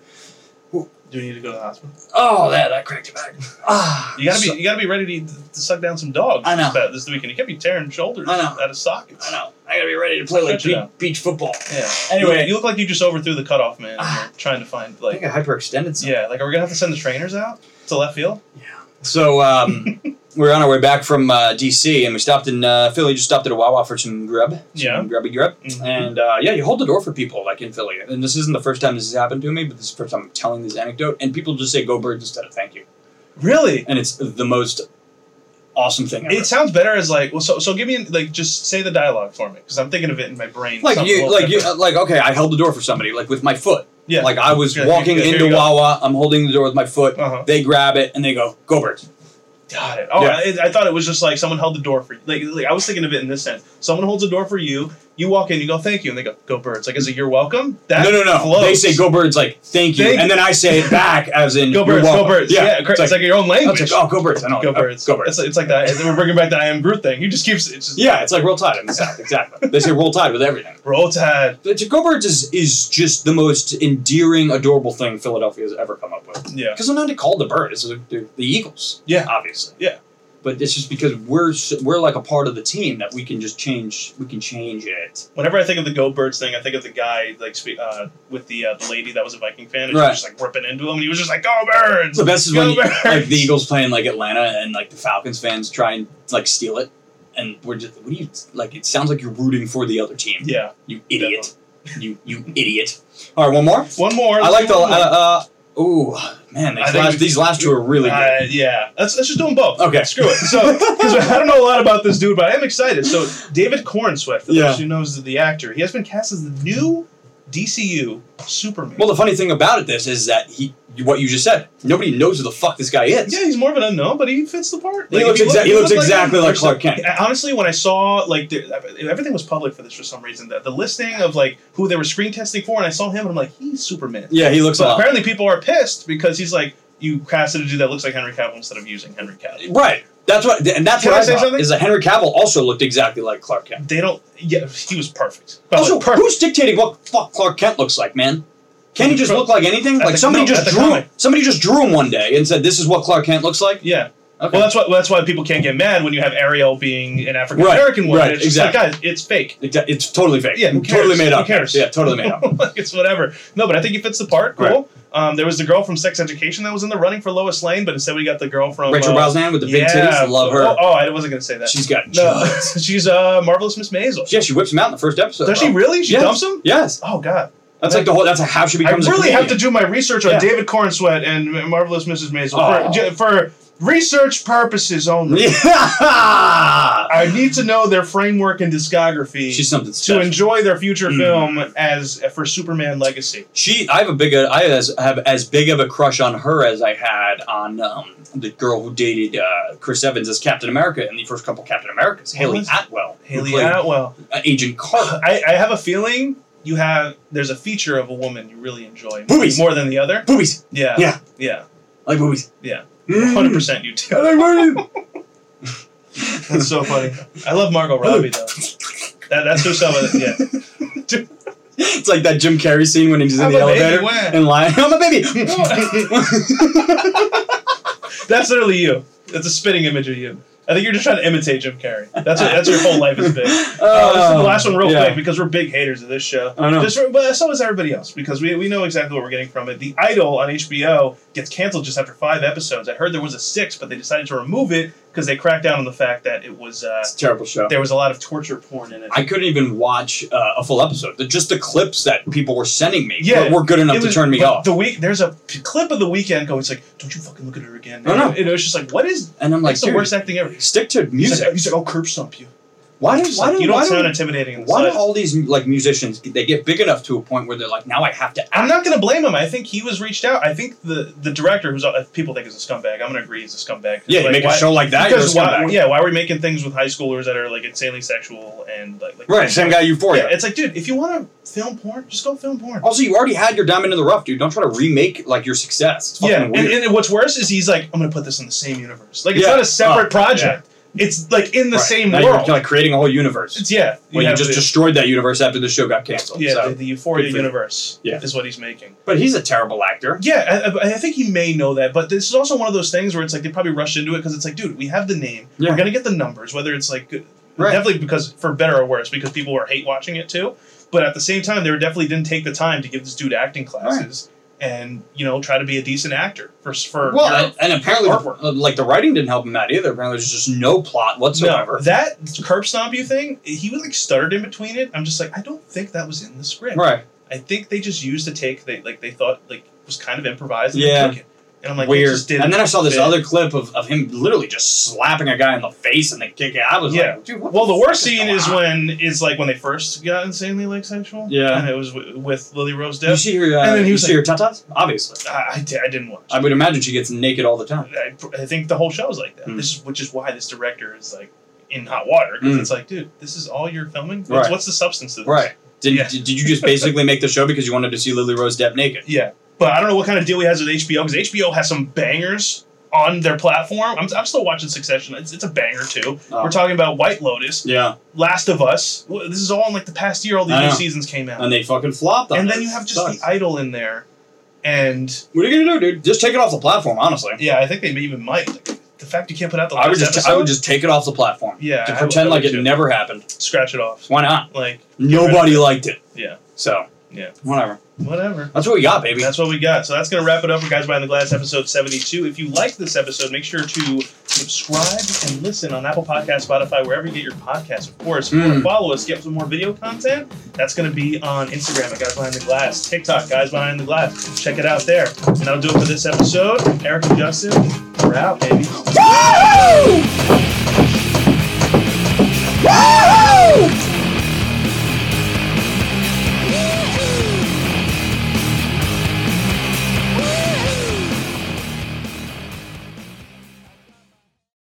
[SPEAKER 3] Do you need to go to the hospital?
[SPEAKER 2] Oh, that that cracked it back. Ah,
[SPEAKER 3] You gotta
[SPEAKER 2] so-
[SPEAKER 3] be you gotta be ready to, to suck down some dogs.
[SPEAKER 2] I know.
[SPEAKER 3] About this weekend you can't be tearing shoulders
[SPEAKER 2] I know.
[SPEAKER 3] out of sockets.
[SPEAKER 2] I know. I gotta be ready to play like
[SPEAKER 3] Stretch it
[SPEAKER 2] beach,
[SPEAKER 3] out.
[SPEAKER 2] beach football.
[SPEAKER 3] Yeah.
[SPEAKER 2] Anyway.
[SPEAKER 3] you, you look like you just overthrew the cutoff man. And
[SPEAKER 2] Ah.
[SPEAKER 3] you're trying to find
[SPEAKER 2] I think
[SPEAKER 3] like
[SPEAKER 2] I hyperextended some.
[SPEAKER 3] yeah like are we gonna have to send the trainers out to left field?
[SPEAKER 2] So um, we were on our way back from uh, DC, and we stopped in uh, Philly. Just stopped at a Wawa for some grub, some
[SPEAKER 3] Yeah.
[SPEAKER 2] grubby grub.
[SPEAKER 3] Mhm.
[SPEAKER 2] And uh, yeah, you hold the door for people like in Philly. And this isn't the first time this has happened to me, but this is the first time I'm telling this anecdote. And people just say "Go Birds" instead of "Thank you,"
[SPEAKER 3] Really?
[SPEAKER 2] and it's the most awesome thing. Ever.
[SPEAKER 3] It sounds better as like well so so give me like just say the dialogue for me because I'm thinking of it in my brain.
[SPEAKER 2] like
[SPEAKER 3] something a
[SPEAKER 2] you,
[SPEAKER 3] little
[SPEAKER 2] like you,
[SPEAKER 3] different.
[SPEAKER 2] like okay, I held the door for somebody, like with my foot.
[SPEAKER 3] yeah
[SPEAKER 2] Like I was
[SPEAKER 3] Yeah, here
[SPEAKER 2] walking
[SPEAKER 3] you go, here
[SPEAKER 2] into
[SPEAKER 3] you go.
[SPEAKER 2] Wawa, I'm holding the door with my foot.
[SPEAKER 3] Uh-huh.
[SPEAKER 2] They grab it and they go "Go Birds."
[SPEAKER 3] Got it. Oh,
[SPEAKER 2] Yeah.
[SPEAKER 3] I, I thought it was just like someone held the door for like, like I was thinking of it in this sense. Someone holds the door for you. You walk in, you go thank you, and they go go birds. Like is it you're welcome? That
[SPEAKER 2] no, no, no.
[SPEAKER 3] Flows.
[SPEAKER 2] They say "Go Birds" like "Thank you,"
[SPEAKER 3] Thank
[SPEAKER 2] and
[SPEAKER 3] you.
[SPEAKER 2] then I say it back as in
[SPEAKER 3] go
[SPEAKER 2] "You're
[SPEAKER 3] birds, go
[SPEAKER 2] welcome."
[SPEAKER 3] birds. Yeah,
[SPEAKER 2] it's
[SPEAKER 3] cra- it's,
[SPEAKER 2] like-
[SPEAKER 3] like, your own
[SPEAKER 2] I was
[SPEAKER 3] language.
[SPEAKER 2] like, oh, go birds. I know.
[SPEAKER 3] go
[SPEAKER 2] uh,
[SPEAKER 3] birds,
[SPEAKER 2] Go birds.
[SPEAKER 3] It's, it's like that. and then we're bringing back the I am Groot thing. You just keeps it's just
[SPEAKER 2] yeah, it's like roll tide in the south. Exactly. They say roll tide with everything.
[SPEAKER 3] roll tide.
[SPEAKER 2] But to go birds is is just the most endearing, adorable thing Philadelphia has ever come up with.
[SPEAKER 3] Yeah,
[SPEAKER 2] Because I'm not called the bird. It's the, the, the Eagles.
[SPEAKER 3] Yeah.
[SPEAKER 2] obviously.
[SPEAKER 3] Yeah.
[SPEAKER 2] But it's just because we're s- we're like a part of the team that we can just change. We can change it.
[SPEAKER 3] whenever I think of the Go Birds thing, I think of the guy like spe- uh, with the uh, the lady that was a Viking fan and she
[SPEAKER 2] Right.
[SPEAKER 3] was just like ripping into him, and he was just like Go Birds.
[SPEAKER 2] The best is
[SPEAKER 3] Go
[SPEAKER 2] when you,
[SPEAKER 3] Birds!
[SPEAKER 2] like the Eagles play in like Atlanta and like the Falcons fans try and like steal it, and we're just what do you like? It sounds like you're rooting for the other team.
[SPEAKER 3] Yeah,
[SPEAKER 2] You idiot. you you idiot. All right, one more.
[SPEAKER 3] one more.
[SPEAKER 2] I
[SPEAKER 3] Let's
[SPEAKER 2] like
[SPEAKER 3] do
[SPEAKER 2] the.
[SPEAKER 3] one more.
[SPEAKER 2] Uh, uh, ooh, man,
[SPEAKER 3] I
[SPEAKER 2] these
[SPEAKER 3] think
[SPEAKER 2] last,
[SPEAKER 3] we-
[SPEAKER 2] these last two are really good.
[SPEAKER 3] Uh, yeah, let's, let's just do them both.
[SPEAKER 2] Okay.
[SPEAKER 3] screw it. So, 'cause I don't know a lot about this dude, but I am excited. So, David Cornswift, for
[SPEAKER 2] Yeah.
[SPEAKER 3] those who knows the actor, he has been cast as the new DCU Superman.
[SPEAKER 2] Well, the funny thing about this is that he, what you just said, nobody knows who the fuck this guy is.
[SPEAKER 3] yeah, he's more of an unknown, but he fits the part.
[SPEAKER 2] He
[SPEAKER 3] Like,
[SPEAKER 2] looks
[SPEAKER 3] if you
[SPEAKER 2] exact-
[SPEAKER 3] look-
[SPEAKER 2] he
[SPEAKER 3] you
[SPEAKER 2] looks
[SPEAKER 3] look
[SPEAKER 2] exactly
[SPEAKER 3] him,
[SPEAKER 2] like
[SPEAKER 3] there's
[SPEAKER 2] Clark
[SPEAKER 3] some-
[SPEAKER 2] Kent.
[SPEAKER 3] I- Honestly, when I saw like the, everything was public for this for some reason, the, the listing of like who they were screen testing for, and I saw him, and I'm like, he's Superman.
[SPEAKER 2] Yeah, he looks uh,
[SPEAKER 3] So
[SPEAKER 2] like
[SPEAKER 3] apparently, people are pissed because he's like, you casted a dude that looks like Henry Cavill instead of using Henry Cavill.
[SPEAKER 2] right. That's what, and that's
[SPEAKER 3] Can
[SPEAKER 2] what
[SPEAKER 3] I
[SPEAKER 2] I
[SPEAKER 3] say
[SPEAKER 2] thought,
[SPEAKER 3] something?
[SPEAKER 2] is that Henry Cavill also looked exactly like Clark Kent.
[SPEAKER 3] They don't. Yeah, he was perfect. But,
[SPEAKER 2] Also,
[SPEAKER 3] like, perfect.
[SPEAKER 2] who's dictating what the fuck Clark Kent looks like, man? Can he just
[SPEAKER 3] Pro-
[SPEAKER 2] look like anything?
[SPEAKER 3] at
[SPEAKER 2] Like
[SPEAKER 3] the-
[SPEAKER 2] somebody
[SPEAKER 3] no,
[SPEAKER 2] just
[SPEAKER 3] at the
[SPEAKER 2] drew him.
[SPEAKER 3] comic.
[SPEAKER 2] Somebody just drew him one day and said, "This is what Clark Kent looks like."
[SPEAKER 3] Yeah.
[SPEAKER 2] Okay.
[SPEAKER 3] Well, that's why that's why people can't get mad when you have Ariel being an African American
[SPEAKER 2] Right,
[SPEAKER 3] woman.
[SPEAKER 2] right,
[SPEAKER 3] it's just like, guys, it's fake.
[SPEAKER 2] Exa- it's totally fake.
[SPEAKER 3] Yeah, who
[SPEAKER 2] totally
[SPEAKER 3] cares?
[SPEAKER 2] made
[SPEAKER 3] Who
[SPEAKER 2] up.
[SPEAKER 3] cares?
[SPEAKER 2] Yeah, totally made up.
[SPEAKER 3] like it's whatever. No, but I think he fits the part. Cool.
[SPEAKER 2] Right.
[SPEAKER 3] Um, there was the girl from Sex Education that was in the running for Lois Lane, but instead we got the girl from
[SPEAKER 2] Rachel
[SPEAKER 3] uh,
[SPEAKER 2] Brosnan with the big
[SPEAKER 3] yeah,
[SPEAKER 2] titties, love her.
[SPEAKER 3] Oh, oh, I wasn't gonna say that.
[SPEAKER 2] She's got
[SPEAKER 3] no,
[SPEAKER 2] no.
[SPEAKER 3] she's uh, marvelous Miss Maisel.
[SPEAKER 2] Yeah, she whips him out in the first episode.
[SPEAKER 3] Does she
[SPEAKER 2] bro.
[SPEAKER 3] really? She
[SPEAKER 2] yes.
[SPEAKER 3] dumps him?
[SPEAKER 2] Yes.
[SPEAKER 3] Oh God.
[SPEAKER 2] That's like the whole. That's how she
[SPEAKER 3] I
[SPEAKER 2] becomes. a
[SPEAKER 3] really have to
[SPEAKER 2] comedian.
[SPEAKER 3] do my research on
[SPEAKER 2] Yeah.
[SPEAKER 3] David Corn Sweat and Marvelous Mrs. Maisel
[SPEAKER 2] Oh.
[SPEAKER 3] for, j- for research purposes only.
[SPEAKER 2] Yeah.
[SPEAKER 3] I need to know their framework and discography
[SPEAKER 2] She's something
[SPEAKER 3] to
[SPEAKER 2] special.
[SPEAKER 3] enjoy their future
[SPEAKER 2] Mhm.
[SPEAKER 3] film as for Superman Legacy.
[SPEAKER 2] she, I have a big, I has, have as big of a crush on her as I had on um, the girl who dated uh, Chris Evans as Captain America in the first couple Captain Americas, Haley
[SPEAKER 3] was it?
[SPEAKER 2] Atwell, who
[SPEAKER 3] Haley
[SPEAKER 2] played,
[SPEAKER 3] Atwell.
[SPEAKER 2] uh, Agent Carter.
[SPEAKER 3] I, I have a feeling you have there's a feature of a woman you really enjoy
[SPEAKER 2] Movies.
[SPEAKER 3] more than the other.
[SPEAKER 2] Boobies,
[SPEAKER 3] Yeah.
[SPEAKER 2] Yeah.
[SPEAKER 3] Yeah.
[SPEAKER 2] I like boobies.
[SPEAKER 3] Yeah.
[SPEAKER 2] Mm.
[SPEAKER 3] Hundred percent you do.
[SPEAKER 2] I like boobies.
[SPEAKER 3] That's so funny. I love Margot Robbie though. That, that's who some of the, yeah.
[SPEAKER 2] It's like that Jim Carrey scene when he's in
[SPEAKER 3] I'm
[SPEAKER 2] the
[SPEAKER 3] a baby,
[SPEAKER 2] elevator
[SPEAKER 3] where?
[SPEAKER 2] and lying. I'm a baby.
[SPEAKER 3] That's literally you. That's a spitting image of you. I think you're just trying to imitate Jim Carry. That's what, that's your whole life has been. Uh, this is the last one real
[SPEAKER 2] Oh, yeah.
[SPEAKER 3] quick because we're big haters of this show.
[SPEAKER 2] I know.
[SPEAKER 3] Just for, but so is everybody else because we, we know exactly what we're getting from it. The Idol on HBO gets canceled just after five episodes. I heard there was a six, but they decided to remove it because they cracked down on the fact that it was uh,
[SPEAKER 2] It's a terrible show.
[SPEAKER 3] there was a lot of torture porn in it.
[SPEAKER 2] I couldn't even watch uh, a full episode. The- Just the clips that people were sending me
[SPEAKER 3] Yeah,
[SPEAKER 2] were, were good enough
[SPEAKER 3] It
[SPEAKER 2] to
[SPEAKER 3] was-
[SPEAKER 2] turn me
[SPEAKER 3] but
[SPEAKER 2] off.
[SPEAKER 3] The week there's a p- clip of the weekend going. It's like, don't you fucking look at her again.
[SPEAKER 2] I know.
[SPEAKER 3] And it was just like, what is?
[SPEAKER 2] and I'm like,
[SPEAKER 3] that's the
[SPEAKER 2] dude,
[SPEAKER 3] worst acting ever.
[SPEAKER 2] stick to
[SPEAKER 3] He's
[SPEAKER 2] music.
[SPEAKER 3] like, he's like, I'll curb stomp you.
[SPEAKER 2] why do
[SPEAKER 3] It's
[SPEAKER 2] why
[SPEAKER 3] like,
[SPEAKER 2] do
[SPEAKER 3] you don't
[SPEAKER 2] why
[SPEAKER 3] sound
[SPEAKER 2] do
[SPEAKER 3] intimidating. in the
[SPEAKER 2] why do
[SPEAKER 3] slides.
[SPEAKER 2] all these like musicians they get big enough to a point where they're like, now I have to act.
[SPEAKER 3] I'm not going to blame him. I think he was reached out. I think the the director, who's if people think is a scumbag, I'm going to agree he's a scumbag. 'Cause,
[SPEAKER 2] Yeah, you
[SPEAKER 3] like,
[SPEAKER 2] make
[SPEAKER 3] why-
[SPEAKER 2] a show like that. You're a
[SPEAKER 3] Because why,
[SPEAKER 2] scumbag.
[SPEAKER 3] yeah, why are we making things with high schoolers that are like insanely sexual and like, like
[SPEAKER 2] Right, same guy
[SPEAKER 3] Yeah,
[SPEAKER 2] Euphoria.
[SPEAKER 3] it's like, dude, if you want to film porn, just go film porn.
[SPEAKER 2] also, you already had your diamond in the rough, dude. Don't try to remake like your success. It's fucking
[SPEAKER 3] yeah, and,
[SPEAKER 2] weird.
[SPEAKER 3] and what's worse is he's like, I'm going to put this in the same universe. Like it's
[SPEAKER 2] Yeah.
[SPEAKER 3] not a separate
[SPEAKER 2] Oh,
[SPEAKER 3] project. It's like in the
[SPEAKER 2] Right.
[SPEAKER 3] same
[SPEAKER 2] now
[SPEAKER 3] world.
[SPEAKER 2] You're, like creating a whole universe.
[SPEAKER 3] it's yeah.
[SPEAKER 2] well, you
[SPEAKER 3] have
[SPEAKER 2] just
[SPEAKER 3] the-
[SPEAKER 2] destroyed that universe after the show got canceled.
[SPEAKER 3] yeah,
[SPEAKER 2] so.
[SPEAKER 3] the, the Euphoria
[SPEAKER 2] Good for you.
[SPEAKER 3] universe
[SPEAKER 2] Yeah.
[SPEAKER 3] is what he's making.
[SPEAKER 2] But he's a terrible actor.
[SPEAKER 3] Yeah, I- I, I think he may know that, but this is also one of those things where it's like they probably rushed into it because it's like, dude, we have the name,
[SPEAKER 2] Yeah.
[SPEAKER 3] we're gonna get the numbers, whether it's like good-
[SPEAKER 2] Right.
[SPEAKER 3] definitely because for better or worse, because people were hate watching it too. But at the same time, they were definitely didn't take the time to give this dude acting classes and you know try to be a decent actor for s- for
[SPEAKER 2] Well,
[SPEAKER 3] your-
[SPEAKER 2] and, and apparently,
[SPEAKER 3] artwork.
[SPEAKER 2] uh, like the writing didn't help him out either. Apparently, there's just no plot
[SPEAKER 3] no,
[SPEAKER 2] whatsoever.
[SPEAKER 3] that curb stomp you thing, he was like stuttered in between it. I'm just like, I don't think that was in the script.
[SPEAKER 2] right?
[SPEAKER 3] I think they just used to take they like they thought like was kind of improvised. And
[SPEAKER 2] Yeah.
[SPEAKER 3] they took it. and I'm like, it
[SPEAKER 2] Weird.
[SPEAKER 3] just didn't
[SPEAKER 2] And then I saw this
[SPEAKER 3] fit.
[SPEAKER 2] other clip of, of him literally just slapping a guy in the face and then kicking. I was
[SPEAKER 3] Yeah.
[SPEAKER 2] like, dude, what
[SPEAKER 3] Well, the
[SPEAKER 2] fuck
[SPEAKER 3] worst scene
[SPEAKER 2] going
[SPEAKER 3] is
[SPEAKER 2] on?
[SPEAKER 3] when is like when they first got insanely like sexual.
[SPEAKER 2] Yeah.
[SPEAKER 3] and it was w- with Lily Rose
[SPEAKER 2] you
[SPEAKER 3] Depp.
[SPEAKER 2] see her. Uh,
[SPEAKER 3] and then he
[SPEAKER 2] you
[SPEAKER 3] was
[SPEAKER 2] see her tatas. Obviously,
[SPEAKER 3] I, I, di- I didn't watch.
[SPEAKER 2] I would imagine she gets naked all the time.
[SPEAKER 3] I, I think the whole show is like that.
[SPEAKER 2] Mm.
[SPEAKER 3] This is which is why this director is like in hot water because
[SPEAKER 2] Mm.
[SPEAKER 3] it's like, dude, this is all you're filming. What's,
[SPEAKER 2] Right.
[SPEAKER 3] what's the substance of this?
[SPEAKER 2] Right? Did,
[SPEAKER 3] Yeah.
[SPEAKER 2] did did you just basically make the show because you wanted to see Lily Rose Depp naked?
[SPEAKER 3] Yeah, but I don't know what kind of deal he has with HBO because HBO has some bangers on their platform. I'm, I'm still watching Succession. It's, it's a banger too.
[SPEAKER 2] Oh.
[SPEAKER 3] We're talking about White Lotus,
[SPEAKER 2] Yeah,
[SPEAKER 3] Last of Us. Well, This is all in like the past year. All these
[SPEAKER 2] I
[SPEAKER 3] new
[SPEAKER 2] know.
[SPEAKER 3] seasons came out.
[SPEAKER 2] and they fucking flopped. On
[SPEAKER 3] and then
[SPEAKER 2] it.
[SPEAKER 3] you have just
[SPEAKER 2] Sucks.
[SPEAKER 3] the idol in there, and
[SPEAKER 2] What are you gonna do, dude? Just take it off the platform. Honestly,
[SPEAKER 3] yeah, I think they even might. Like, the fact you can't put out the last
[SPEAKER 2] I would just
[SPEAKER 3] episode,
[SPEAKER 2] I would just take it off the platform.
[SPEAKER 3] Yeah,
[SPEAKER 2] to
[SPEAKER 3] I would-
[SPEAKER 2] pretend
[SPEAKER 3] I would
[SPEAKER 2] like it
[SPEAKER 3] too.
[SPEAKER 2] never happened.
[SPEAKER 3] scratch it off.
[SPEAKER 2] Why not?
[SPEAKER 3] Like,
[SPEAKER 2] Nobody liked it.
[SPEAKER 3] yeah,
[SPEAKER 2] So
[SPEAKER 3] Yeah.
[SPEAKER 2] whatever.
[SPEAKER 3] whatever.
[SPEAKER 2] That's what we got, baby.
[SPEAKER 3] That's what we got. So that's gonna wrap it up for Guys Behind the Glass, episode seventy-two. If you like this episode, make sure to subscribe and listen on Apple Podcasts, Spotify, wherever you get your podcasts. Of course, if you want
[SPEAKER 2] Mm.
[SPEAKER 3] to follow us, get some more video content. That's gonna be on Instagram at Guys Behind the Glass, TikTok Guys Behind the Glass. Check it out there. And that'll do it for this episode. Eric and Justin, we're out, baby.
[SPEAKER 5] Woo!